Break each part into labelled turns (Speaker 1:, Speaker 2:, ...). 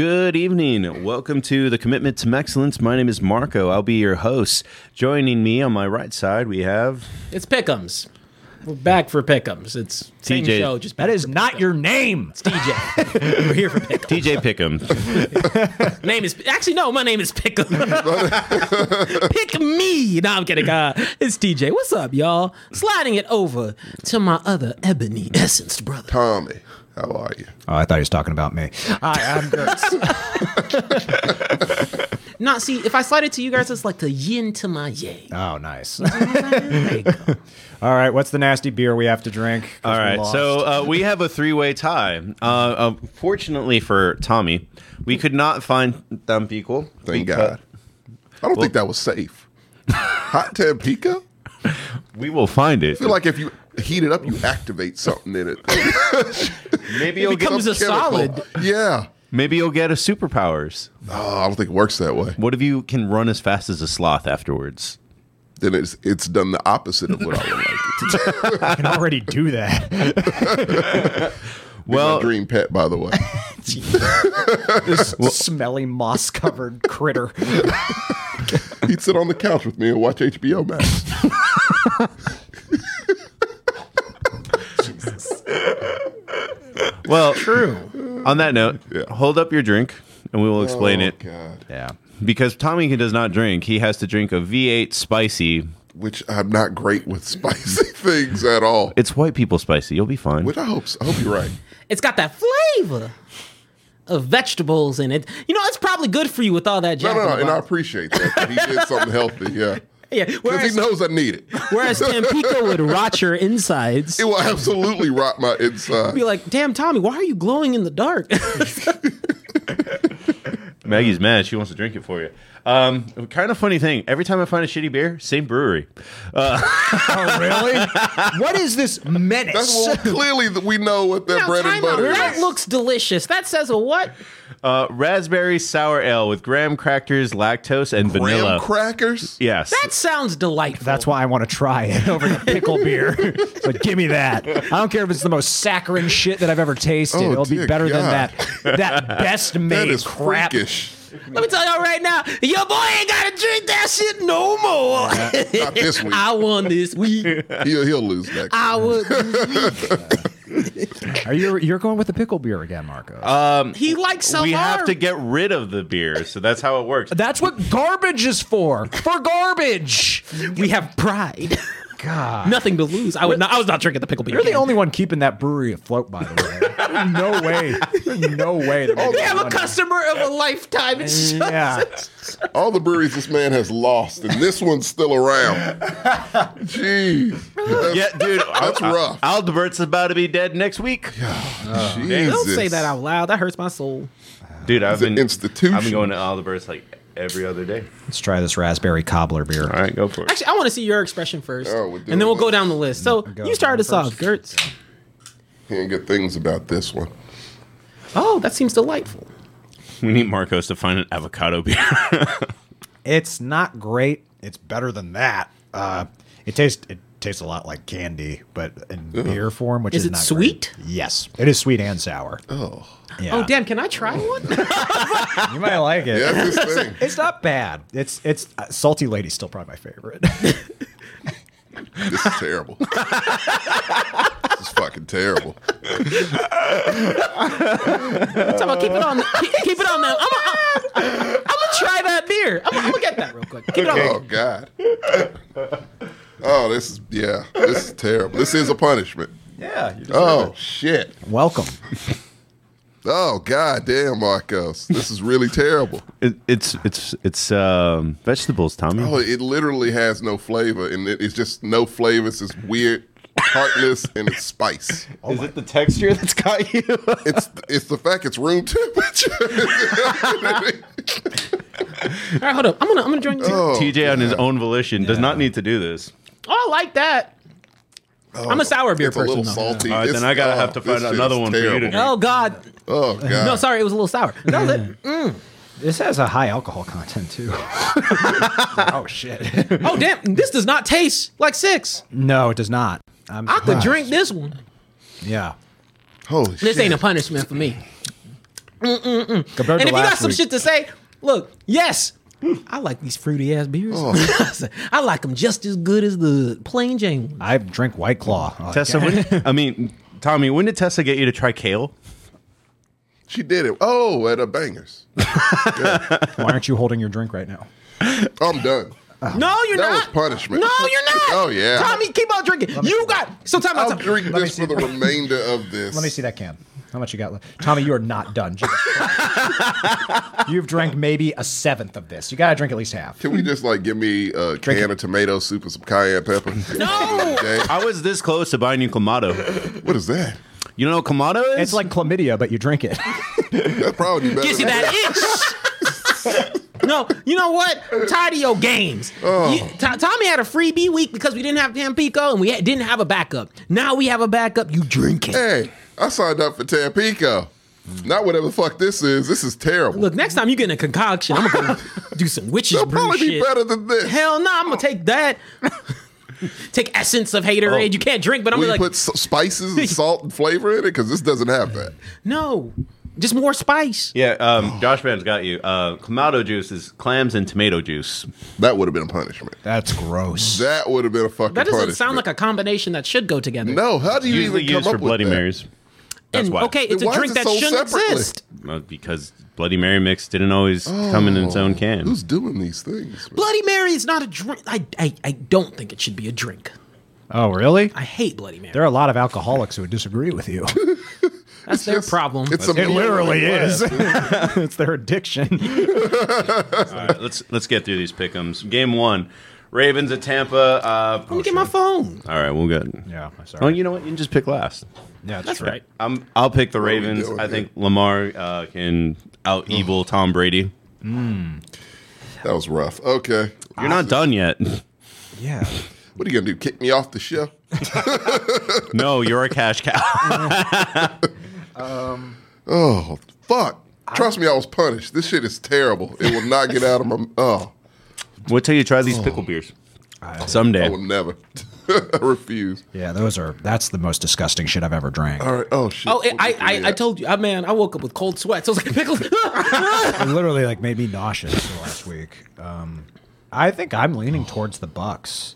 Speaker 1: Good evening. Welcome to the Commitment to Excellence. My name is Marco. I'll be your host. Joining me on my right side, we have
Speaker 2: It's Pickums. We're back for Pickums. It's same
Speaker 1: TJ.
Speaker 2: show. Just
Speaker 3: That is not your name.
Speaker 2: it's DJ. We're here for
Speaker 1: TJ
Speaker 2: Pickums.
Speaker 1: Pickham.
Speaker 2: Name is actually no. My name is Pickums. Pick me. No, I'm kidding. Uh, it's TJ. What's up, y'all? Sliding it over to my other ebony essence brother.
Speaker 4: Tommy, how are you?
Speaker 3: Oh, I thought he was talking about me. I, I'm good.
Speaker 2: Not see if I slide it to you guys, it's like the yin to my yang.
Speaker 3: oh, nice.
Speaker 2: There you go.
Speaker 3: All right, what's the nasty beer we have to drink?
Speaker 1: All
Speaker 3: 'Cause we
Speaker 1: right,
Speaker 3: lost.
Speaker 1: so uh, we have a three-way tie. Uh, unfortunately for Tommy, we could not find Tampico.
Speaker 4: Thank God. I don't think that was safe. Hot Tampico? I
Speaker 1: We will find it.
Speaker 4: feel like if you heat it up, you activate something in it.
Speaker 1: maybe you'll get,
Speaker 2: becomes- It's a
Speaker 4: Chemical.
Speaker 2: solid.
Speaker 4: Yeah.
Speaker 1: maybe you'll get a superpowers.
Speaker 4: Oh, I don't think it works that way.
Speaker 1: What if you can run as fast as a sloth afterwards?
Speaker 4: Then it's it's done the opposite of what I would like. It to do.
Speaker 3: I can already do that.
Speaker 4: My
Speaker 1: Well,
Speaker 4: dream pet, by the way.
Speaker 3: this smelly moss covered critter.
Speaker 4: He'd sit on the couch with me and watch HBO Max.
Speaker 1: well, true. On that note, hold up your drink, and we will explain
Speaker 4: oh,
Speaker 1: it.
Speaker 4: God.
Speaker 3: Yeah.
Speaker 1: Because Tommy does not drink, he has to drink a V8 spicy.
Speaker 4: Which I'm not great with spicy things at all.
Speaker 1: It's white people spicy. You'll be fine.
Speaker 4: Which I hope so. I hope you're right.
Speaker 2: It's got that flavor of vegetables in it. You know, it's probably good for you with all that.
Speaker 4: No,
Speaker 2: Jack
Speaker 4: no,
Speaker 2: in
Speaker 4: no.
Speaker 2: the
Speaker 4: And I
Speaker 2: Box.
Speaker 4: appreciate that. that He did something healthy. Yeah.
Speaker 2: yeah.
Speaker 4: Because
Speaker 2: Whereas,
Speaker 4: he knows I need it.
Speaker 2: whereas Tampico would rot your insides.
Speaker 4: It will absolutely rot my inside.
Speaker 2: be like, damn, Tommy, why are you glowing in the dark?
Speaker 1: Maggie's mad. She wants to drink it for you. Um, kind of funny thing. Every time I find a shitty beer, same brewery.
Speaker 3: Oh, really? what is this menace?
Speaker 4: That's well, clearly that we know what that
Speaker 2: Now,
Speaker 4: bread and
Speaker 2: time out.
Speaker 4: butter is.
Speaker 2: That looks delicious. That says a what?
Speaker 1: Uh, raspberry sour ale with graham crackers, lactose, and
Speaker 4: Graham
Speaker 1: vanilla.
Speaker 4: crackers.
Speaker 1: yes.
Speaker 2: That sounds delightful.
Speaker 3: That's why I want to try it over the pickle beer. It's like, give me that. I don't care if it's the most saccharine shit that I've ever tasted.
Speaker 4: Oh,
Speaker 3: It'll be
Speaker 4: dear
Speaker 3: better
Speaker 4: God.
Speaker 3: than that. That best
Speaker 4: that
Speaker 3: made
Speaker 4: is
Speaker 3: crap.
Speaker 4: freakish.
Speaker 2: Let me tell y'all right now, your boy ain't gotta drink that shit no more.
Speaker 4: Not this week.
Speaker 2: I won this week.
Speaker 4: He'll, he'll lose next.
Speaker 2: I would.
Speaker 3: Are you you're going with the pickle beer again, Marco?
Speaker 2: He likes some.
Speaker 1: we have to get rid of the beer, so that's how it works.
Speaker 3: That's what garbage is for. For garbage.
Speaker 2: We have pride.
Speaker 3: God.
Speaker 2: Nothing to lose. I would not. I was not drinking the pickle beer.
Speaker 3: You're the
Speaker 2: again.
Speaker 3: only one keeping that brewery afloat, by the way. no way. There's no way. they're
Speaker 2: We
Speaker 3: making
Speaker 2: Oh, have a
Speaker 3: money.
Speaker 2: customer of a lifetime. It's just-
Speaker 3: Yeah.
Speaker 4: All the breweries this man has lost, and this one's still around. Jeez. That's-
Speaker 1: Yeah, dude.
Speaker 4: That's rough.
Speaker 1: Albert's about to be dead next week.
Speaker 4: Jesus.
Speaker 2: Don't say that out loud. That hurts my soul.
Speaker 1: Dude, I've
Speaker 4: It's an
Speaker 1: been
Speaker 4: institution.
Speaker 1: I've been going to Albert's like every other day.
Speaker 3: Let's try this raspberry cobbler beer.
Speaker 1: All right, go for it.
Speaker 2: Actually, I want to see your expression first,
Speaker 4: Oh, we'll do
Speaker 2: and then
Speaker 4: it
Speaker 2: we'll go
Speaker 4: once.
Speaker 2: down the list. So
Speaker 3: Go
Speaker 2: you started us
Speaker 3: down
Speaker 2: off,
Speaker 3: first.
Speaker 2: Gertz.
Speaker 4: Hearing good things about this one.
Speaker 2: Oh, that seems delightful.
Speaker 1: we need Marcos to find an avocado beer.
Speaker 3: It's not great. It's better than that. Uh, it tastes it tastes a lot like candy, but in beer form, which
Speaker 2: Is
Speaker 3: is,
Speaker 2: it
Speaker 3: not
Speaker 2: sweet?
Speaker 3: great. Yes, it is sweet and sour. Oh, yeah.
Speaker 2: Oh, damn! Can I try one?
Speaker 3: You might like it.
Speaker 4: Yeah, That's his thing.
Speaker 3: It's not bad. It's it's uh, salty lady's still probably my favorite.
Speaker 4: This is terrible. this is fucking terrible.
Speaker 2: I'm gonna keep it on.
Speaker 4: Uh,
Speaker 2: Keep, keep it on them. I'm gonna I'm gonna try that beer. I'm gonna get that real quick. Keep it on.
Speaker 4: Oh God. Oh, this is yeah. This is terrible. This is a punishment.
Speaker 3: yeah. You
Speaker 4: Oh shit.
Speaker 3: Welcome.
Speaker 4: Oh god damn, Marcos. This is really terrible.
Speaker 1: It, it's it's it's um, vegetables, Tommy.
Speaker 4: Oh, it literally has no flavor, and it, it's just no flavor. It's just weird, heartless, and it's spice.
Speaker 1: Is it the texture that's got you?
Speaker 4: It's it's the fact it's room temperature.
Speaker 2: All right, hold up. I'm gonna I'm gonna join. you. Oh,
Speaker 1: TJ on his own volition does not need to do this.
Speaker 2: I like that. I'm a sour beer
Speaker 4: Oh. it's a
Speaker 2: person.
Speaker 4: little
Speaker 2: though.
Speaker 4: salty.
Speaker 1: All right,
Speaker 4: It's-
Speaker 1: then I gotta
Speaker 4: oh,
Speaker 1: have to find
Speaker 4: this shit
Speaker 1: another
Speaker 4: is
Speaker 1: one for you to
Speaker 4: terrible.
Speaker 1: drink.
Speaker 2: Oh God!
Speaker 4: Oh god.
Speaker 2: No, sorry, it was a little sour. That was it. Mm.
Speaker 3: This has a high alcohol content too. oh shit.
Speaker 2: Oh damn! This does not taste like six.
Speaker 3: No, it does not. I'm
Speaker 2: I could
Speaker 3: surprised.
Speaker 2: drink this one.
Speaker 3: Yeah.
Speaker 4: Holy
Speaker 2: This
Speaker 4: shit.
Speaker 2: ain't a punishment for me.
Speaker 3: Compared
Speaker 2: And
Speaker 3: to
Speaker 2: if you got
Speaker 3: last
Speaker 2: some
Speaker 3: week,
Speaker 2: shit to say, look, yes, I like these fruity ass beers.
Speaker 4: Oh.
Speaker 2: I like them just as good as the plain Jane one.
Speaker 3: I drink White Claw. Oh,
Speaker 1: Tessa, when, I mean, Tommy, when did Tessa get you to try kale?
Speaker 4: She did it. Oh, at a bangers.
Speaker 3: Why aren't you holding your drink right now?
Speaker 4: I'm done.
Speaker 2: No, you're
Speaker 4: That
Speaker 2: not.
Speaker 4: was punishment.
Speaker 2: No, you're not.
Speaker 4: Oh, yeah.
Speaker 2: Tommy, keep on drinking. You got so time out.
Speaker 4: I'll
Speaker 2: Time.
Speaker 4: drink
Speaker 3: me
Speaker 4: this
Speaker 3: see.
Speaker 4: for the remainder of this.
Speaker 3: Let me see that can. How much you got left? Tommy, you are not done. Jesus Christ. You've drank maybe a seventh of this. You got to drink at least half.
Speaker 4: Can we just like give me a can
Speaker 3: it.
Speaker 4: of tomato soup and some cayenne pepper?
Speaker 2: No!
Speaker 4: Okay.
Speaker 1: I was this close to buying you Kamado.
Speaker 4: What is that?
Speaker 1: You know what Kamado is?
Speaker 3: It's like chlamydia, but you drink it.
Speaker 4: That probably better.
Speaker 2: Gives you
Speaker 4: than
Speaker 2: that itch. no, you know what? Tired of your games.
Speaker 4: Oh.
Speaker 2: You- To- Tommy had a free B week because we didn't have Tampico and we ha- didn't have a backup. Now we have a backup. You drink it.
Speaker 4: Hey, I signed up for Tampico. Not whatever the fuck this is. This is terrible.
Speaker 2: Look, next time you get a concoction, I'm gonna go do some witches
Speaker 4: It'll
Speaker 2: brew
Speaker 4: probably
Speaker 2: shit.
Speaker 4: be better than this.
Speaker 2: Hell no, I'm gonna take that. take essence of haterade.
Speaker 4: Oh.
Speaker 2: You can't drink, but I'm
Speaker 4: we
Speaker 2: gonna be
Speaker 4: put
Speaker 2: like,
Speaker 4: s- spices and salt and flavor in it because this doesn't have that.
Speaker 2: no, just more spice.
Speaker 1: yeah, um, Josh Van's got you. Uh, Kamado juice is clams and tomato juice.
Speaker 4: That would have been a punishment.
Speaker 3: That's gross.
Speaker 4: That would have been a fucking.
Speaker 2: That doesn't
Speaker 4: punishment.
Speaker 2: sound like a combination that should go together.
Speaker 4: No, how do you
Speaker 1: Usually
Speaker 4: even come
Speaker 1: used
Speaker 4: up
Speaker 1: for
Speaker 4: with
Speaker 1: Bloody
Speaker 4: that?
Speaker 1: Marys. That's
Speaker 2: and,
Speaker 1: why.
Speaker 2: Okay, it's
Speaker 4: Then
Speaker 2: a
Speaker 4: why is
Speaker 2: drink
Speaker 4: it
Speaker 2: that
Speaker 4: sold
Speaker 2: shouldn't
Speaker 4: separately?
Speaker 2: exist.
Speaker 1: Uh, Because Bloody Mary mix didn't always come in its own can.
Speaker 4: Who's doing these things? man?
Speaker 2: Bloody Mary is not a drink. I, I, I don't think it should be a drink.
Speaker 3: Oh, really?
Speaker 2: I hate Bloody Mary.
Speaker 3: There are a lot of alcoholics who would disagree with you.
Speaker 2: That's their problem.
Speaker 4: It's a meal in a glass.
Speaker 3: it's their addiction.
Speaker 1: All right, let's let's get through these pickums. Game one, Ravens at Tampa. Uh,
Speaker 2: Let me get my phone.
Speaker 1: all right, we'll get.
Speaker 3: Yeah, sorry.
Speaker 1: Oh, you know what? You can just pick last.
Speaker 3: yeah, that's,
Speaker 2: That's
Speaker 3: right.
Speaker 2: right.
Speaker 1: I'm, Um, I'll pick the
Speaker 4: we
Speaker 1: Ravens.
Speaker 4: doing
Speaker 1: I
Speaker 4: here?
Speaker 1: think Lamar uh, can out evil Tom Brady.
Speaker 4: That was rough. Okay,
Speaker 1: You're not done yet.
Speaker 3: Yeah.
Speaker 4: What are you gonna do? Kick me off the show?
Speaker 1: no, you're a cash cow.
Speaker 4: Oh fuck! Trust me, I was punished. This shit is terrible. It will not get out of my. Oh,
Speaker 1: Wait till you try these pickle beers. Someday.
Speaker 4: I will never. I refuse.
Speaker 3: Yeah, those are that's the most disgusting shit I've ever drank.
Speaker 4: All right. Oh shit.
Speaker 2: Oh, it,
Speaker 4: We'll
Speaker 2: I,
Speaker 4: get through
Speaker 2: I, I
Speaker 4: that.
Speaker 2: told you, I, man, I woke up with cold sweats. I was like, pickles.
Speaker 3: It literally like made me nauseous the last week. Um, I think I'm leaning towards the Bucks.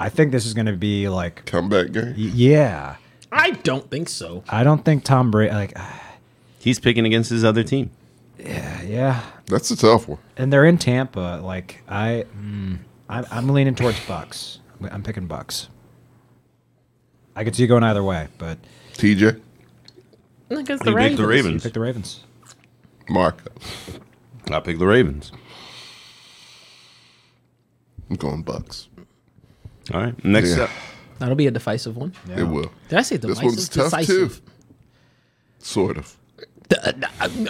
Speaker 3: I think this is going to be like
Speaker 4: comeback game.
Speaker 3: y- yeah.
Speaker 2: I don't think so.
Speaker 3: I don't think Tom Brady like
Speaker 1: He's picking against his other team.
Speaker 3: yeah,
Speaker 4: That's a tough one.
Speaker 3: and they're in Tampa. Like I, mm, I'm, I'm leaning towards Bucks. I'm picking Bucks. I could see it going either way, but
Speaker 4: TJ,
Speaker 2: Against
Speaker 1: You picked
Speaker 2: the Ravens.
Speaker 1: the Ravens.
Speaker 3: pick the Ravens.
Speaker 4: Mark,
Speaker 1: I pick the Ravens.
Speaker 4: I'm going Bucks.
Speaker 1: All right. Next
Speaker 4: Yeah.
Speaker 1: up.
Speaker 2: That'll be a divisive one.
Speaker 4: It will.
Speaker 2: Did I say
Speaker 4: This
Speaker 2: divisive?
Speaker 4: one's tough
Speaker 2: Decisive.
Speaker 4: too. Sort of.
Speaker 2: D-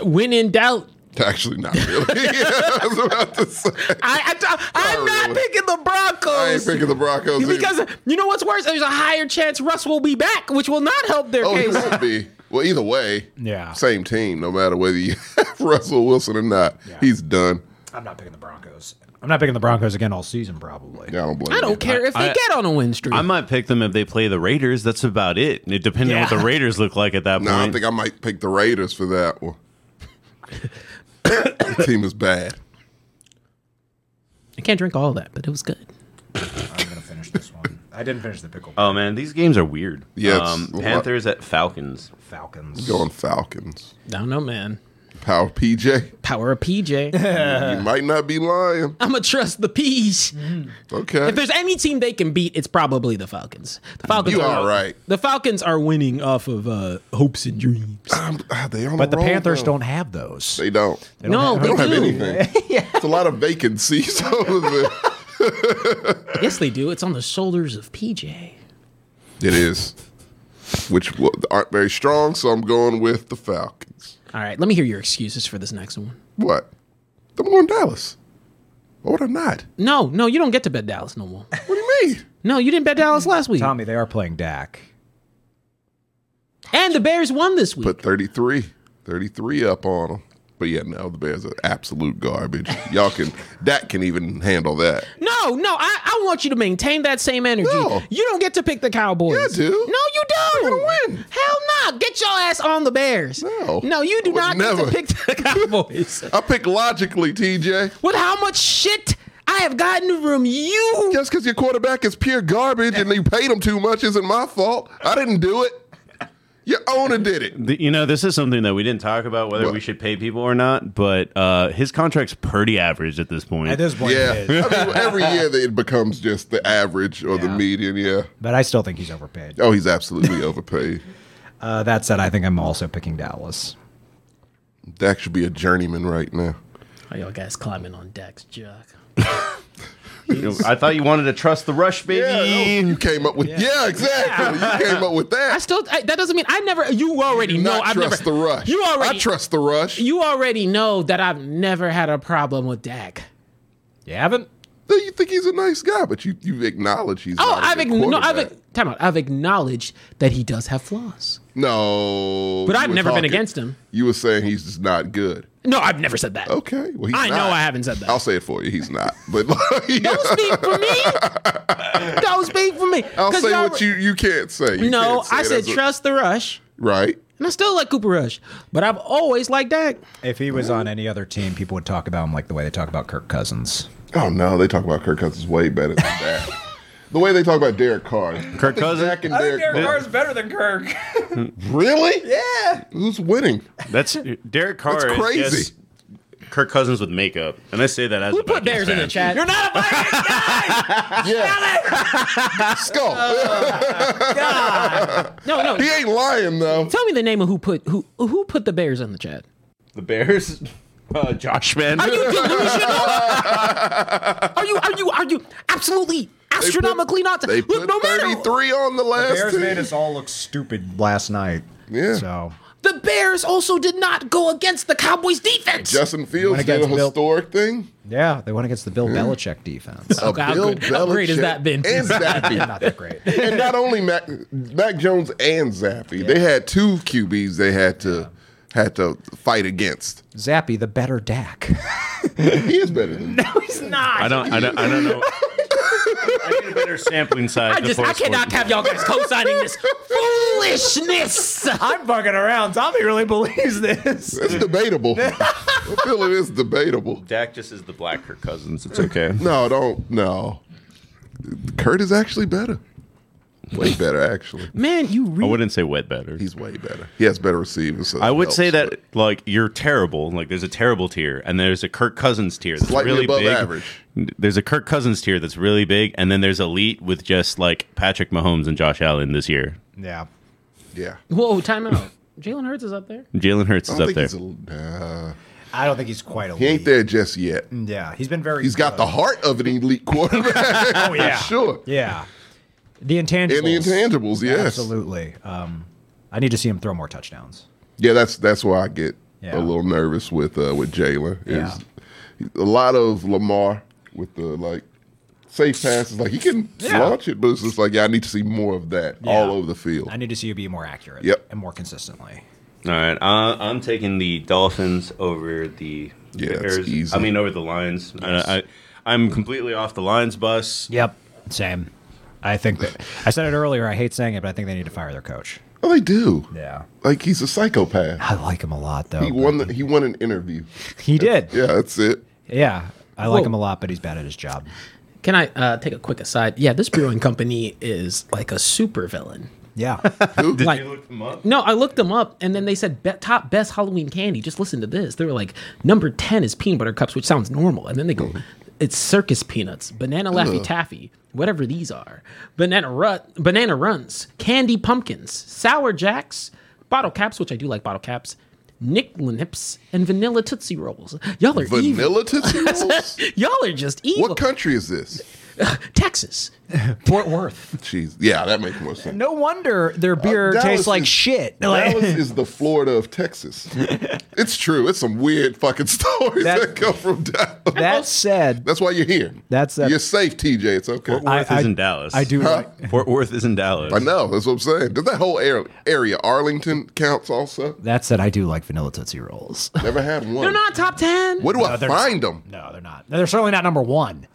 Speaker 2: When in doubt,
Speaker 4: Actually, not really. I was about to say.
Speaker 2: I, I, I'm
Speaker 4: Not
Speaker 2: not
Speaker 4: really.
Speaker 2: picking the Broncos.
Speaker 4: I ain't picking the Broncos either.
Speaker 2: because Oh, you know what's worse? There's a higher chance Russ will be back, which will not help their
Speaker 4: Oh, he
Speaker 2: case.
Speaker 4: won't be. Well, either way,
Speaker 3: Yeah.
Speaker 4: same team, no matter whether you have Russell Wilson or not. He's done.
Speaker 3: I'm not picking the Broncos. I'm not picking the Broncos again all season, probably.
Speaker 4: Yeah, I don't blame
Speaker 2: I
Speaker 4: you.
Speaker 2: don't care if they
Speaker 1: I-
Speaker 2: get on a win streak.
Speaker 1: I might pick them if they play the Raiders. That's about it. It depending on what
Speaker 3: Yeah.
Speaker 1: the Raiders look like at that
Speaker 4: No, I
Speaker 1: point.
Speaker 4: think I might pick the Raiders for that one. the team is bad.
Speaker 2: I can't drink all that, but it was good.
Speaker 3: I'm gonna finish this one. I didn't finish the pickle
Speaker 1: oh man, these games are weird.
Speaker 4: Yeah, it's
Speaker 1: Um,
Speaker 4: a lot.
Speaker 1: Panthers at Falcons.
Speaker 3: Falcons.
Speaker 4: Going Falcons.
Speaker 2: I don't know, man.
Speaker 4: Power PJ.
Speaker 2: Power of PJ.
Speaker 4: You might not be lying.
Speaker 2: I'ma trust the peas.
Speaker 4: Okay.
Speaker 2: If there's any team they can beat, it's probably the Falcons. The Falcons
Speaker 4: You
Speaker 2: are
Speaker 4: are right.
Speaker 2: The Falcons are winning off of uh, hopes and dreams.
Speaker 4: Um, ah, they on
Speaker 3: But the
Speaker 4: roll,
Speaker 3: Panthers
Speaker 4: though.
Speaker 3: don't have those.
Speaker 4: They don't. They
Speaker 2: no,
Speaker 3: have-
Speaker 2: they,
Speaker 4: don't have
Speaker 2: do.
Speaker 4: anything. It's a lot of vacancies over there.
Speaker 2: Yes, they do. It's on the shoulders of PJ.
Speaker 4: It is, which wa- aren't very strong. So I'm going with the Falcons.
Speaker 2: All right, let me hear your excuses for this next one.
Speaker 4: What? The more in Dallas. Why would I not?
Speaker 2: No, no, you don't get to bet Dallas no more.
Speaker 4: What do you mean?
Speaker 2: No, you didn't bet Dallas last week.
Speaker 3: Tommy, they are playing Dak.
Speaker 2: And the Bears won this week.
Speaker 4: Put 33, 33 up on them. But yeah, no, the Bears are absolute garbage. Y'all can that can even handle that.
Speaker 2: No, no, I, I want you to maintain that same energy.
Speaker 4: No.
Speaker 2: You don't get to pick the Cowboys.
Speaker 4: Yeah, I do.
Speaker 2: No, you don't.
Speaker 4: They're gonna win.
Speaker 2: Hell no. Get your ass on the Bears.
Speaker 4: No.
Speaker 2: No, you do
Speaker 4: I would
Speaker 2: not get to
Speaker 4: never.
Speaker 2: pick the Cowboys.
Speaker 4: I pick logically, TJ.
Speaker 2: With how much shit I have gotten from you.
Speaker 4: Just because your quarterback is pure garbage and you paid him too much isn't my fault. I didn't do it. Your owner did it.
Speaker 1: The- you know, this is something that we didn't talk about whether
Speaker 4: What?
Speaker 1: we should pay people or not, but uh, his contract's pretty average at this point.
Speaker 3: At this point,
Speaker 4: Yeah.
Speaker 3: it is.
Speaker 4: I mean, every year that it becomes just the average or the
Speaker 3: Yeah.
Speaker 4: median. Yeah.
Speaker 3: But I still think he's overpaid.
Speaker 4: Oh, he's absolutely overpaid.
Speaker 3: Uh, that said, I think I'm also picking Dallas.
Speaker 4: Dak should be a journeyman right now.
Speaker 2: Are y'all guys climbing on Dak's jock?
Speaker 1: I thought you wanted to trust the rush,
Speaker 4: Yeah,
Speaker 1: baby.
Speaker 4: no, you came up with yeah, exactly. You came up with
Speaker 2: I
Speaker 4: that.
Speaker 2: still, I, that doesn't mean I never, you already
Speaker 4: Do
Speaker 2: know.
Speaker 4: not
Speaker 2: I've
Speaker 4: trust
Speaker 2: never,
Speaker 4: the rush.
Speaker 2: You already,
Speaker 4: I trust the rush.
Speaker 2: you already know that I've never had a problem with Dak.
Speaker 3: You haven't?
Speaker 4: you think he's a nice guy, but you you acknowledge he's.
Speaker 2: Oh,
Speaker 4: not a
Speaker 2: I've,
Speaker 4: good
Speaker 2: ign- no, I've,
Speaker 4: quarterback.
Speaker 2: ag- time out. I've acknowledged that he does have flaws.
Speaker 4: no.
Speaker 2: But
Speaker 4: you
Speaker 2: I've
Speaker 4: were
Speaker 2: never been against him.
Speaker 4: You were saying he's just not good.
Speaker 2: No, I've never said that.
Speaker 4: Okay, well he's
Speaker 2: I know
Speaker 4: not.
Speaker 2: I haven't said that.
Speaker 4: I'll say it for you. He's not. But yeah,
Speaker 2: Don't speak for me. Don't speak for me.
Speaker 4: I'll
Speaker 2: 'Cause
Speaker 4: say
Speaker 2: y'all-
Speaker 4: what you you can't say. You
Speaker 2: No,
Speaker 4: can't say
Speaker 2: I
Speaker 4: it
Speaker 2: said
Speaker 4: as a-
Speaker 2: trust the rush,
Speaker 4: right.
Speaker 2: and I still like Cooper Rush, but I've always liked Dak.
Speaker 3: If he was on any other team, people would talk about him like the way they talk about Kirk Cousins.
Speaker 4: Oh no, they talk about Kirk Cousins way better than that. the way they talk about Derek Carr.
Speaker 1: Kirk Cousins?
Speaker 4: Zach and Derek, Carr.
Speaker 3: better than Kirk.
Speaker 4: Really?
Speaker 3: yeah.
Speaker 4: Who's winning?
Speaker 1: That's Derek Carr.
Speaker 4: That's
Speaker 1: is
Speaker 4: crazy.
Speaker 1: just Kirk Cousins with makeup, and I say that as
Speaker 2: Who
Speaker 1: a Vikings
Speaker 2: put bears in
Speaker 1: fan.
Speaker 2: the chat? You're not a
Speaker 4: Yeah. Skull.
Speaker 2: No, no.
Speaker 4: he ain't lying though.
Speaker 2: Tell me the name of who put who who put the bears in the chat.
Speaker 1: The Bears, uh, Josh man.
Speaker 2: Are you delusional? are you are you are you absolutely astronomically not?
Speaker 4: They put
Speaker 2: Look, no matter
Speaker 4: 33 on the last
Speaker 3: Bears
Speaker 4: team.
Speaker 3: made us all look stupid last night.
Speaker 4: Yeah.
Speaker 3: So
Speaker 2: the Bears also did not go against the Cowboys defense.
Speaker 4: Justin Fields
Speaker 3: it
Speaker 4: did a
Speaker 3: gets built-
Speaker 4: historic thing.
Speaker 3: yeah, Oh, they went against the Bill Belichick defense.
Speaker 4: A
Speaker 2: Okay, how good- how great has that been?
Speaker 4: And Zappy.
Speaker 3: Not that great.
Speaker 4: and not only Mac, Mac Jones and Zappy. They had two QBs they had to had to fight against.
Speaker 3: Zappy, the better Dak.
Speaker 4: He is better than
Speaker 2: He's not.
Speaker 1: I don't. I don't. I don't know. I need a better sampling size.
Speaker 2: I just
Speaker 1: before
Speaker 2: I cannot
Speaker 1: sports-
Speaker 2: have y'all guys co-signing this foolishness.
Speaker 3: I'm fucking around. Tommy really believes this.
Speaker 4: It's debatable. I feel it is debatable.
Speaker 1: Dak just is the black Kirk Cousins. It's okay.
Speaker 4: No, don't. No. Kurt is actually better. Way better, actually.
Speaker 2: Man, you
Speaker 1: I
Speaker 2: really
Speaker 1: wouldn't say wet better.
Speaker 4: He's way better. He has better receivers. so
Speaker 1: I would
Speaker 4: helps,
Speaker 1: say
Speaker 4: but
Speaker 1: that like you're terrible. Like there's a terrible tier, and there's a Kirk Cousins tier that's
Speaker 4: slightly
Speaker 1: really
Speaker 4: above
Speaker 1: big.
Speaker 4: average.
Speaker 1: There's a Kirk Cousins tier that's really big, and then there's elite with just like Patrick Mahomes and Josh Allen this year.
Speaker 3: Yeah.
Speaker 4: Yeah.
Speaker 2: Whoa, time out. Jalen Hurts is up there.
Speaker 1: Jalen Hurts
Speaker 4: I
Speaker 1: is
Speaker 4: don't
Speaker 1: up
Speaker 4: think
Speaker 1: there.
Speaker 4: he's a, nah.
Speaker 3: I don't think he's quite elite.
Speaker 4: he ain't there just yet.
Speaker 3: Yeah, he's been very.
Speaker 4: He's got the
Speaker 3: good.
Speaker 4: heart of an elite quarterback.
Speaker 3: Oh yeah.
Speaker 4: sure.
Speaker 3: Yeah. The intangibles.
Speaker 4: And the intangibles, yes.
Speaker 3: Absolutely. Um, I need to see him throw more touchdowns.
Speaker 4: Yeah, that's that's why I get
Speaker 3: Yeah.
Speaker 4: a little nervous with uh, with Jalen.
Speaker 3: Yeah.
Speaker 4: Is a lot of Lamar with the like safe passes. Like he can
Speaker 3: Yeah.
Speaker 4: launch it, but it's just like yeah, I need to see more of that all over the field.
Speaker 3: I need to see you be more accurate.
Speaker 4: Yep.
Speaker 3: And more consistently.
Speaker 1: All right, uh, I'm taking the Dolphins over the
Speaker 4: Yeah, that's
Speaker 1: Bears.
Speaker 4: easy.
Speaker 1: I mean, over the Lions. I, I, I'm completely off the Lions bus.
Speaker 3: Yep. Same. I think that I said it earlier. I hate saying it, but I think they need to fire their coach.
Speaker 4: Oh, they do.
Speaker 3: Yeah.
Speaker 4: Like he's a psychopath.
Speaker 3: I like him a lot, though.
Speaker 4: He
Speaker 3: but-
Speaker 4: won the, he won an interview.
Speaker 3: He did.
Speaker 4: Yeah, that's it.
Speaker 3: Yeah. I like
Speaker 2: Whoa.
Speaker 3: him a lot, but he's bad at his job.
Speaker 2: Can I uh, take a quick aside? Yeah, this brewing company is like a super villain.
Speaker 3: Yeah.
Speaker 1: Did
Speaker 2: Like-
Speaker 1: you look them up?
Speaker 2: No, I looked them up, and then they said be- top best Halloween candy. Just listen to this. They were like number ten is peanut butter cups, which sounds normal, and then they
Speaker 4: Mm-hmm.
Speaker 2: go, it's circus peanuts, banana laffy taffy, whatever these are, banana rut, banana runs, candy pumpkins, sour jacks, bottle caps, which I do like bottle caps, nicklinips, and vanilla tootsie rolls. Y'all are evil.
Speaker 4: Vanilla Tootsie Rolls.
Speaker 2: Y'all are just evil.
Speaker 4: What country is this?
Speaker 2: Texas.
Speaker 3: Fort Worth.
Speaker 4: Jeez, yeah, that makes more sense.
Speaker 3: No wonder their beer
Speaker 4: Uh, Dallas
Speaker 3: tastes like
Speaker 4: is-
Speaker 3: shit. Like-
Speaker 4: Dallas is the Florida of Texas. it's true. It's some weird fucking stories that,
Speaker 3: That-
Speaker 4: come from Dallas.
Speaker 3: that said,
Speaker 4: that's why you're here.
Speaker 3: That's a-
Speaker 4: you're safe, TJ. It's okay.
Speaker 1: Fort Worth
Speaker 3: I-
Speaker 1: is
Speaker 3: I-
Speaker 1: in Dallas.
Speaker 3: I do like
Speaker 1: Fort Worth is in Dallas.
Speaker 4: I know. That's what I'm saying. Does that whole ar- area, Arlington, counts also?
Speaker 3: that said, I do like vanilla tootsie rolls.
Speaker 4: Never had one.
Speaker 2: They're not top ten.
Speaker 4: Where do I
Speaker 3: they're-
Speaker 4: find them?
Speaker 3: No, they're not. They're certainly not number one.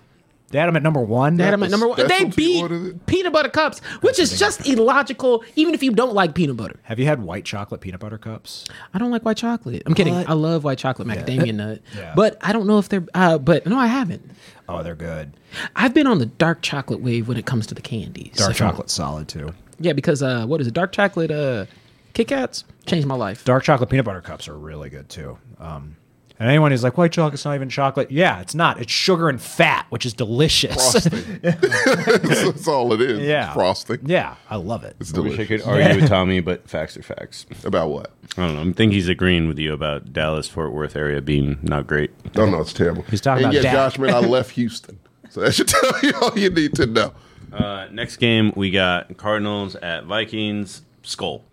Speaker 3: They had them at number one.
Speaker 2: They had 'em at number one. They
Speaker 4: Specialty order
Speaker 2: beat
Speaker 4: that-
Speaker 2: peanut butter cups, which is just illogical. Even if you don't like peanut butter,
Speaker 3: Have you had white chocolate peanut butter cups?
Speaker 2: I don't like white chocolate. I'm kidding.
Speaker 3: What?
Speaker 2: I love white chocolate macadamia nut,
Speaker 3: Yeah.
Speaker 2: but I don't know if they're. Uh, but no, I haven't.
Speaker 3: Oh, they're good.
Speaker 2: I've been on the dark chocolate wave when it comes to the candies.
Speaker 3: Dark
Speaker 2: If I'm-
Speaker 3: chocolate's solid too.
Speaker 2: Yeah, because uh, what is it? Dark chocolate uh, Kit Kats changed my life.
Speaker 3: Dark chocolate peanut butter cups are really good too. Um, and anyone who's like, white chocolate's not even chocolate. Yeah, it's not. It's sugar and fat, which is delicious.
Speaker 4: Frosting. that's all it is.
Speaker 3: yeah.
Speaker 4: It's frosting.
Speaker 3: Yeah, I love it.
Speaker 4: It's
Speaker 1: I wish I
Speaker 4: delicious.
Speaker 1: could argue with Tommy, but facts are facts.
Speaker 4: About what?
Speaker 1: I don't know. I think he's agreeing with you about Dallas Fort Worth area being not great.
Speaker 4: Oh, No, no, it's terrible. He's
Speaker 3: talking
Speaker 4: and
Speaker 3: about
Speaker 4: yeah,
Speaker 3: Dak.
Speaker 4: Josh, man, I left Houston. So that should tell you all you need to know.
Speaker 1: Uh, next game we got Cardinals at Vikings. Skull.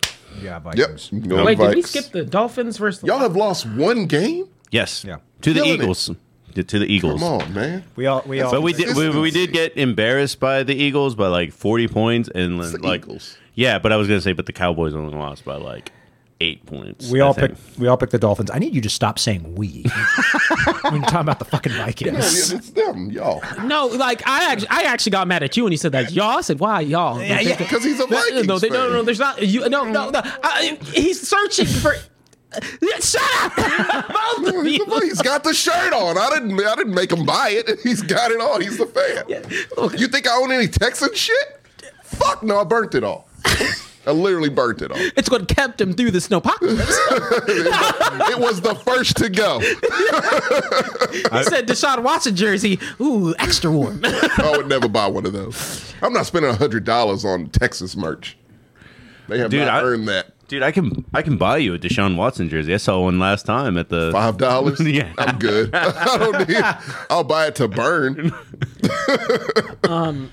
Speaker 3: Yeah,
Speaker 4: Yep.
Speaker 3: Vikings.
Speaker 4: you can go
Speaker 2: Wait, did we
Speaker 4: Vikes.
Speaker 2: skip the Dolphins versus the
Speaker 4: Y'all have lost one game?
Speaker 1: Yes.
Speaker 3: Yeah.
Speaker 1: To the
Speaker 4: Killing it.
Speaker 1: Eagles. To the Eagles.
Speaker 4: Come on, man.
Speaker 3: We all we all
Speaker 1: But we did we, we did get embarrassed by the Eagles by like forty points and
Speaker 4: the
Speaker 1: like
Speaker 4: Eagles.
Speaker 1: yeah. But I was gonna say, but the Cowboys only lost by like eight points.
Speaker 3: we
Speaker 1: I
Speaker 3: all
Speaker 1: think.
Speaker 3: picked we all picked the Dolphins. I need you to stop saying we. when you're talking about the fucking
Speaker 4: No,
Speaker 3: Vikings.
Speaker 4: yeah, it's them, y'all.
Speaker 2: No, like I actually, I actually got mad at you when he said that. Y'all I said why y'all?
Speaker 3: Yeah, yeah.
Speaker 4: Because he's a
Speaker 2: No,
Speaker 4: Vikings
Speaker 2: no, they,
Speaker 4: fan.
Speaker 2: no, no, there's not. You, no, no, no. I, he's searching for. Shut up! Both of
Speaker 4: He's,
Speaker 2: you.
Speaker 4: a, he's got the shirt on. I didn't. I didn't make him buy it. He's got it on. He's the fan.
Speaker 2: look.
Speaker 4: you think I own any Texan shit? Fuck no! I burnt it all. I literally burnt it all.
Speaker 2: It's what kept him through the snowpocalypse.
Speaker 4: It was the first to go.
Speaker 2: he said Deshaun Watson jersey. Ooh, extra warm.
Speaker 4: I would never buy one of those. I'm not spending hundred dollars on Texas merch. They have
Speaker 1: Dude, I-
Speaker 4: not earned that.
Speaker 1: Dude, I can I can buy you a Deshaun Watson jersey. I saw one last time at the
Speaker 4: Five dollars?
Speaker 1: Yeah.
Speaker 4: I'm good. I don't need. I'll buy it to burn.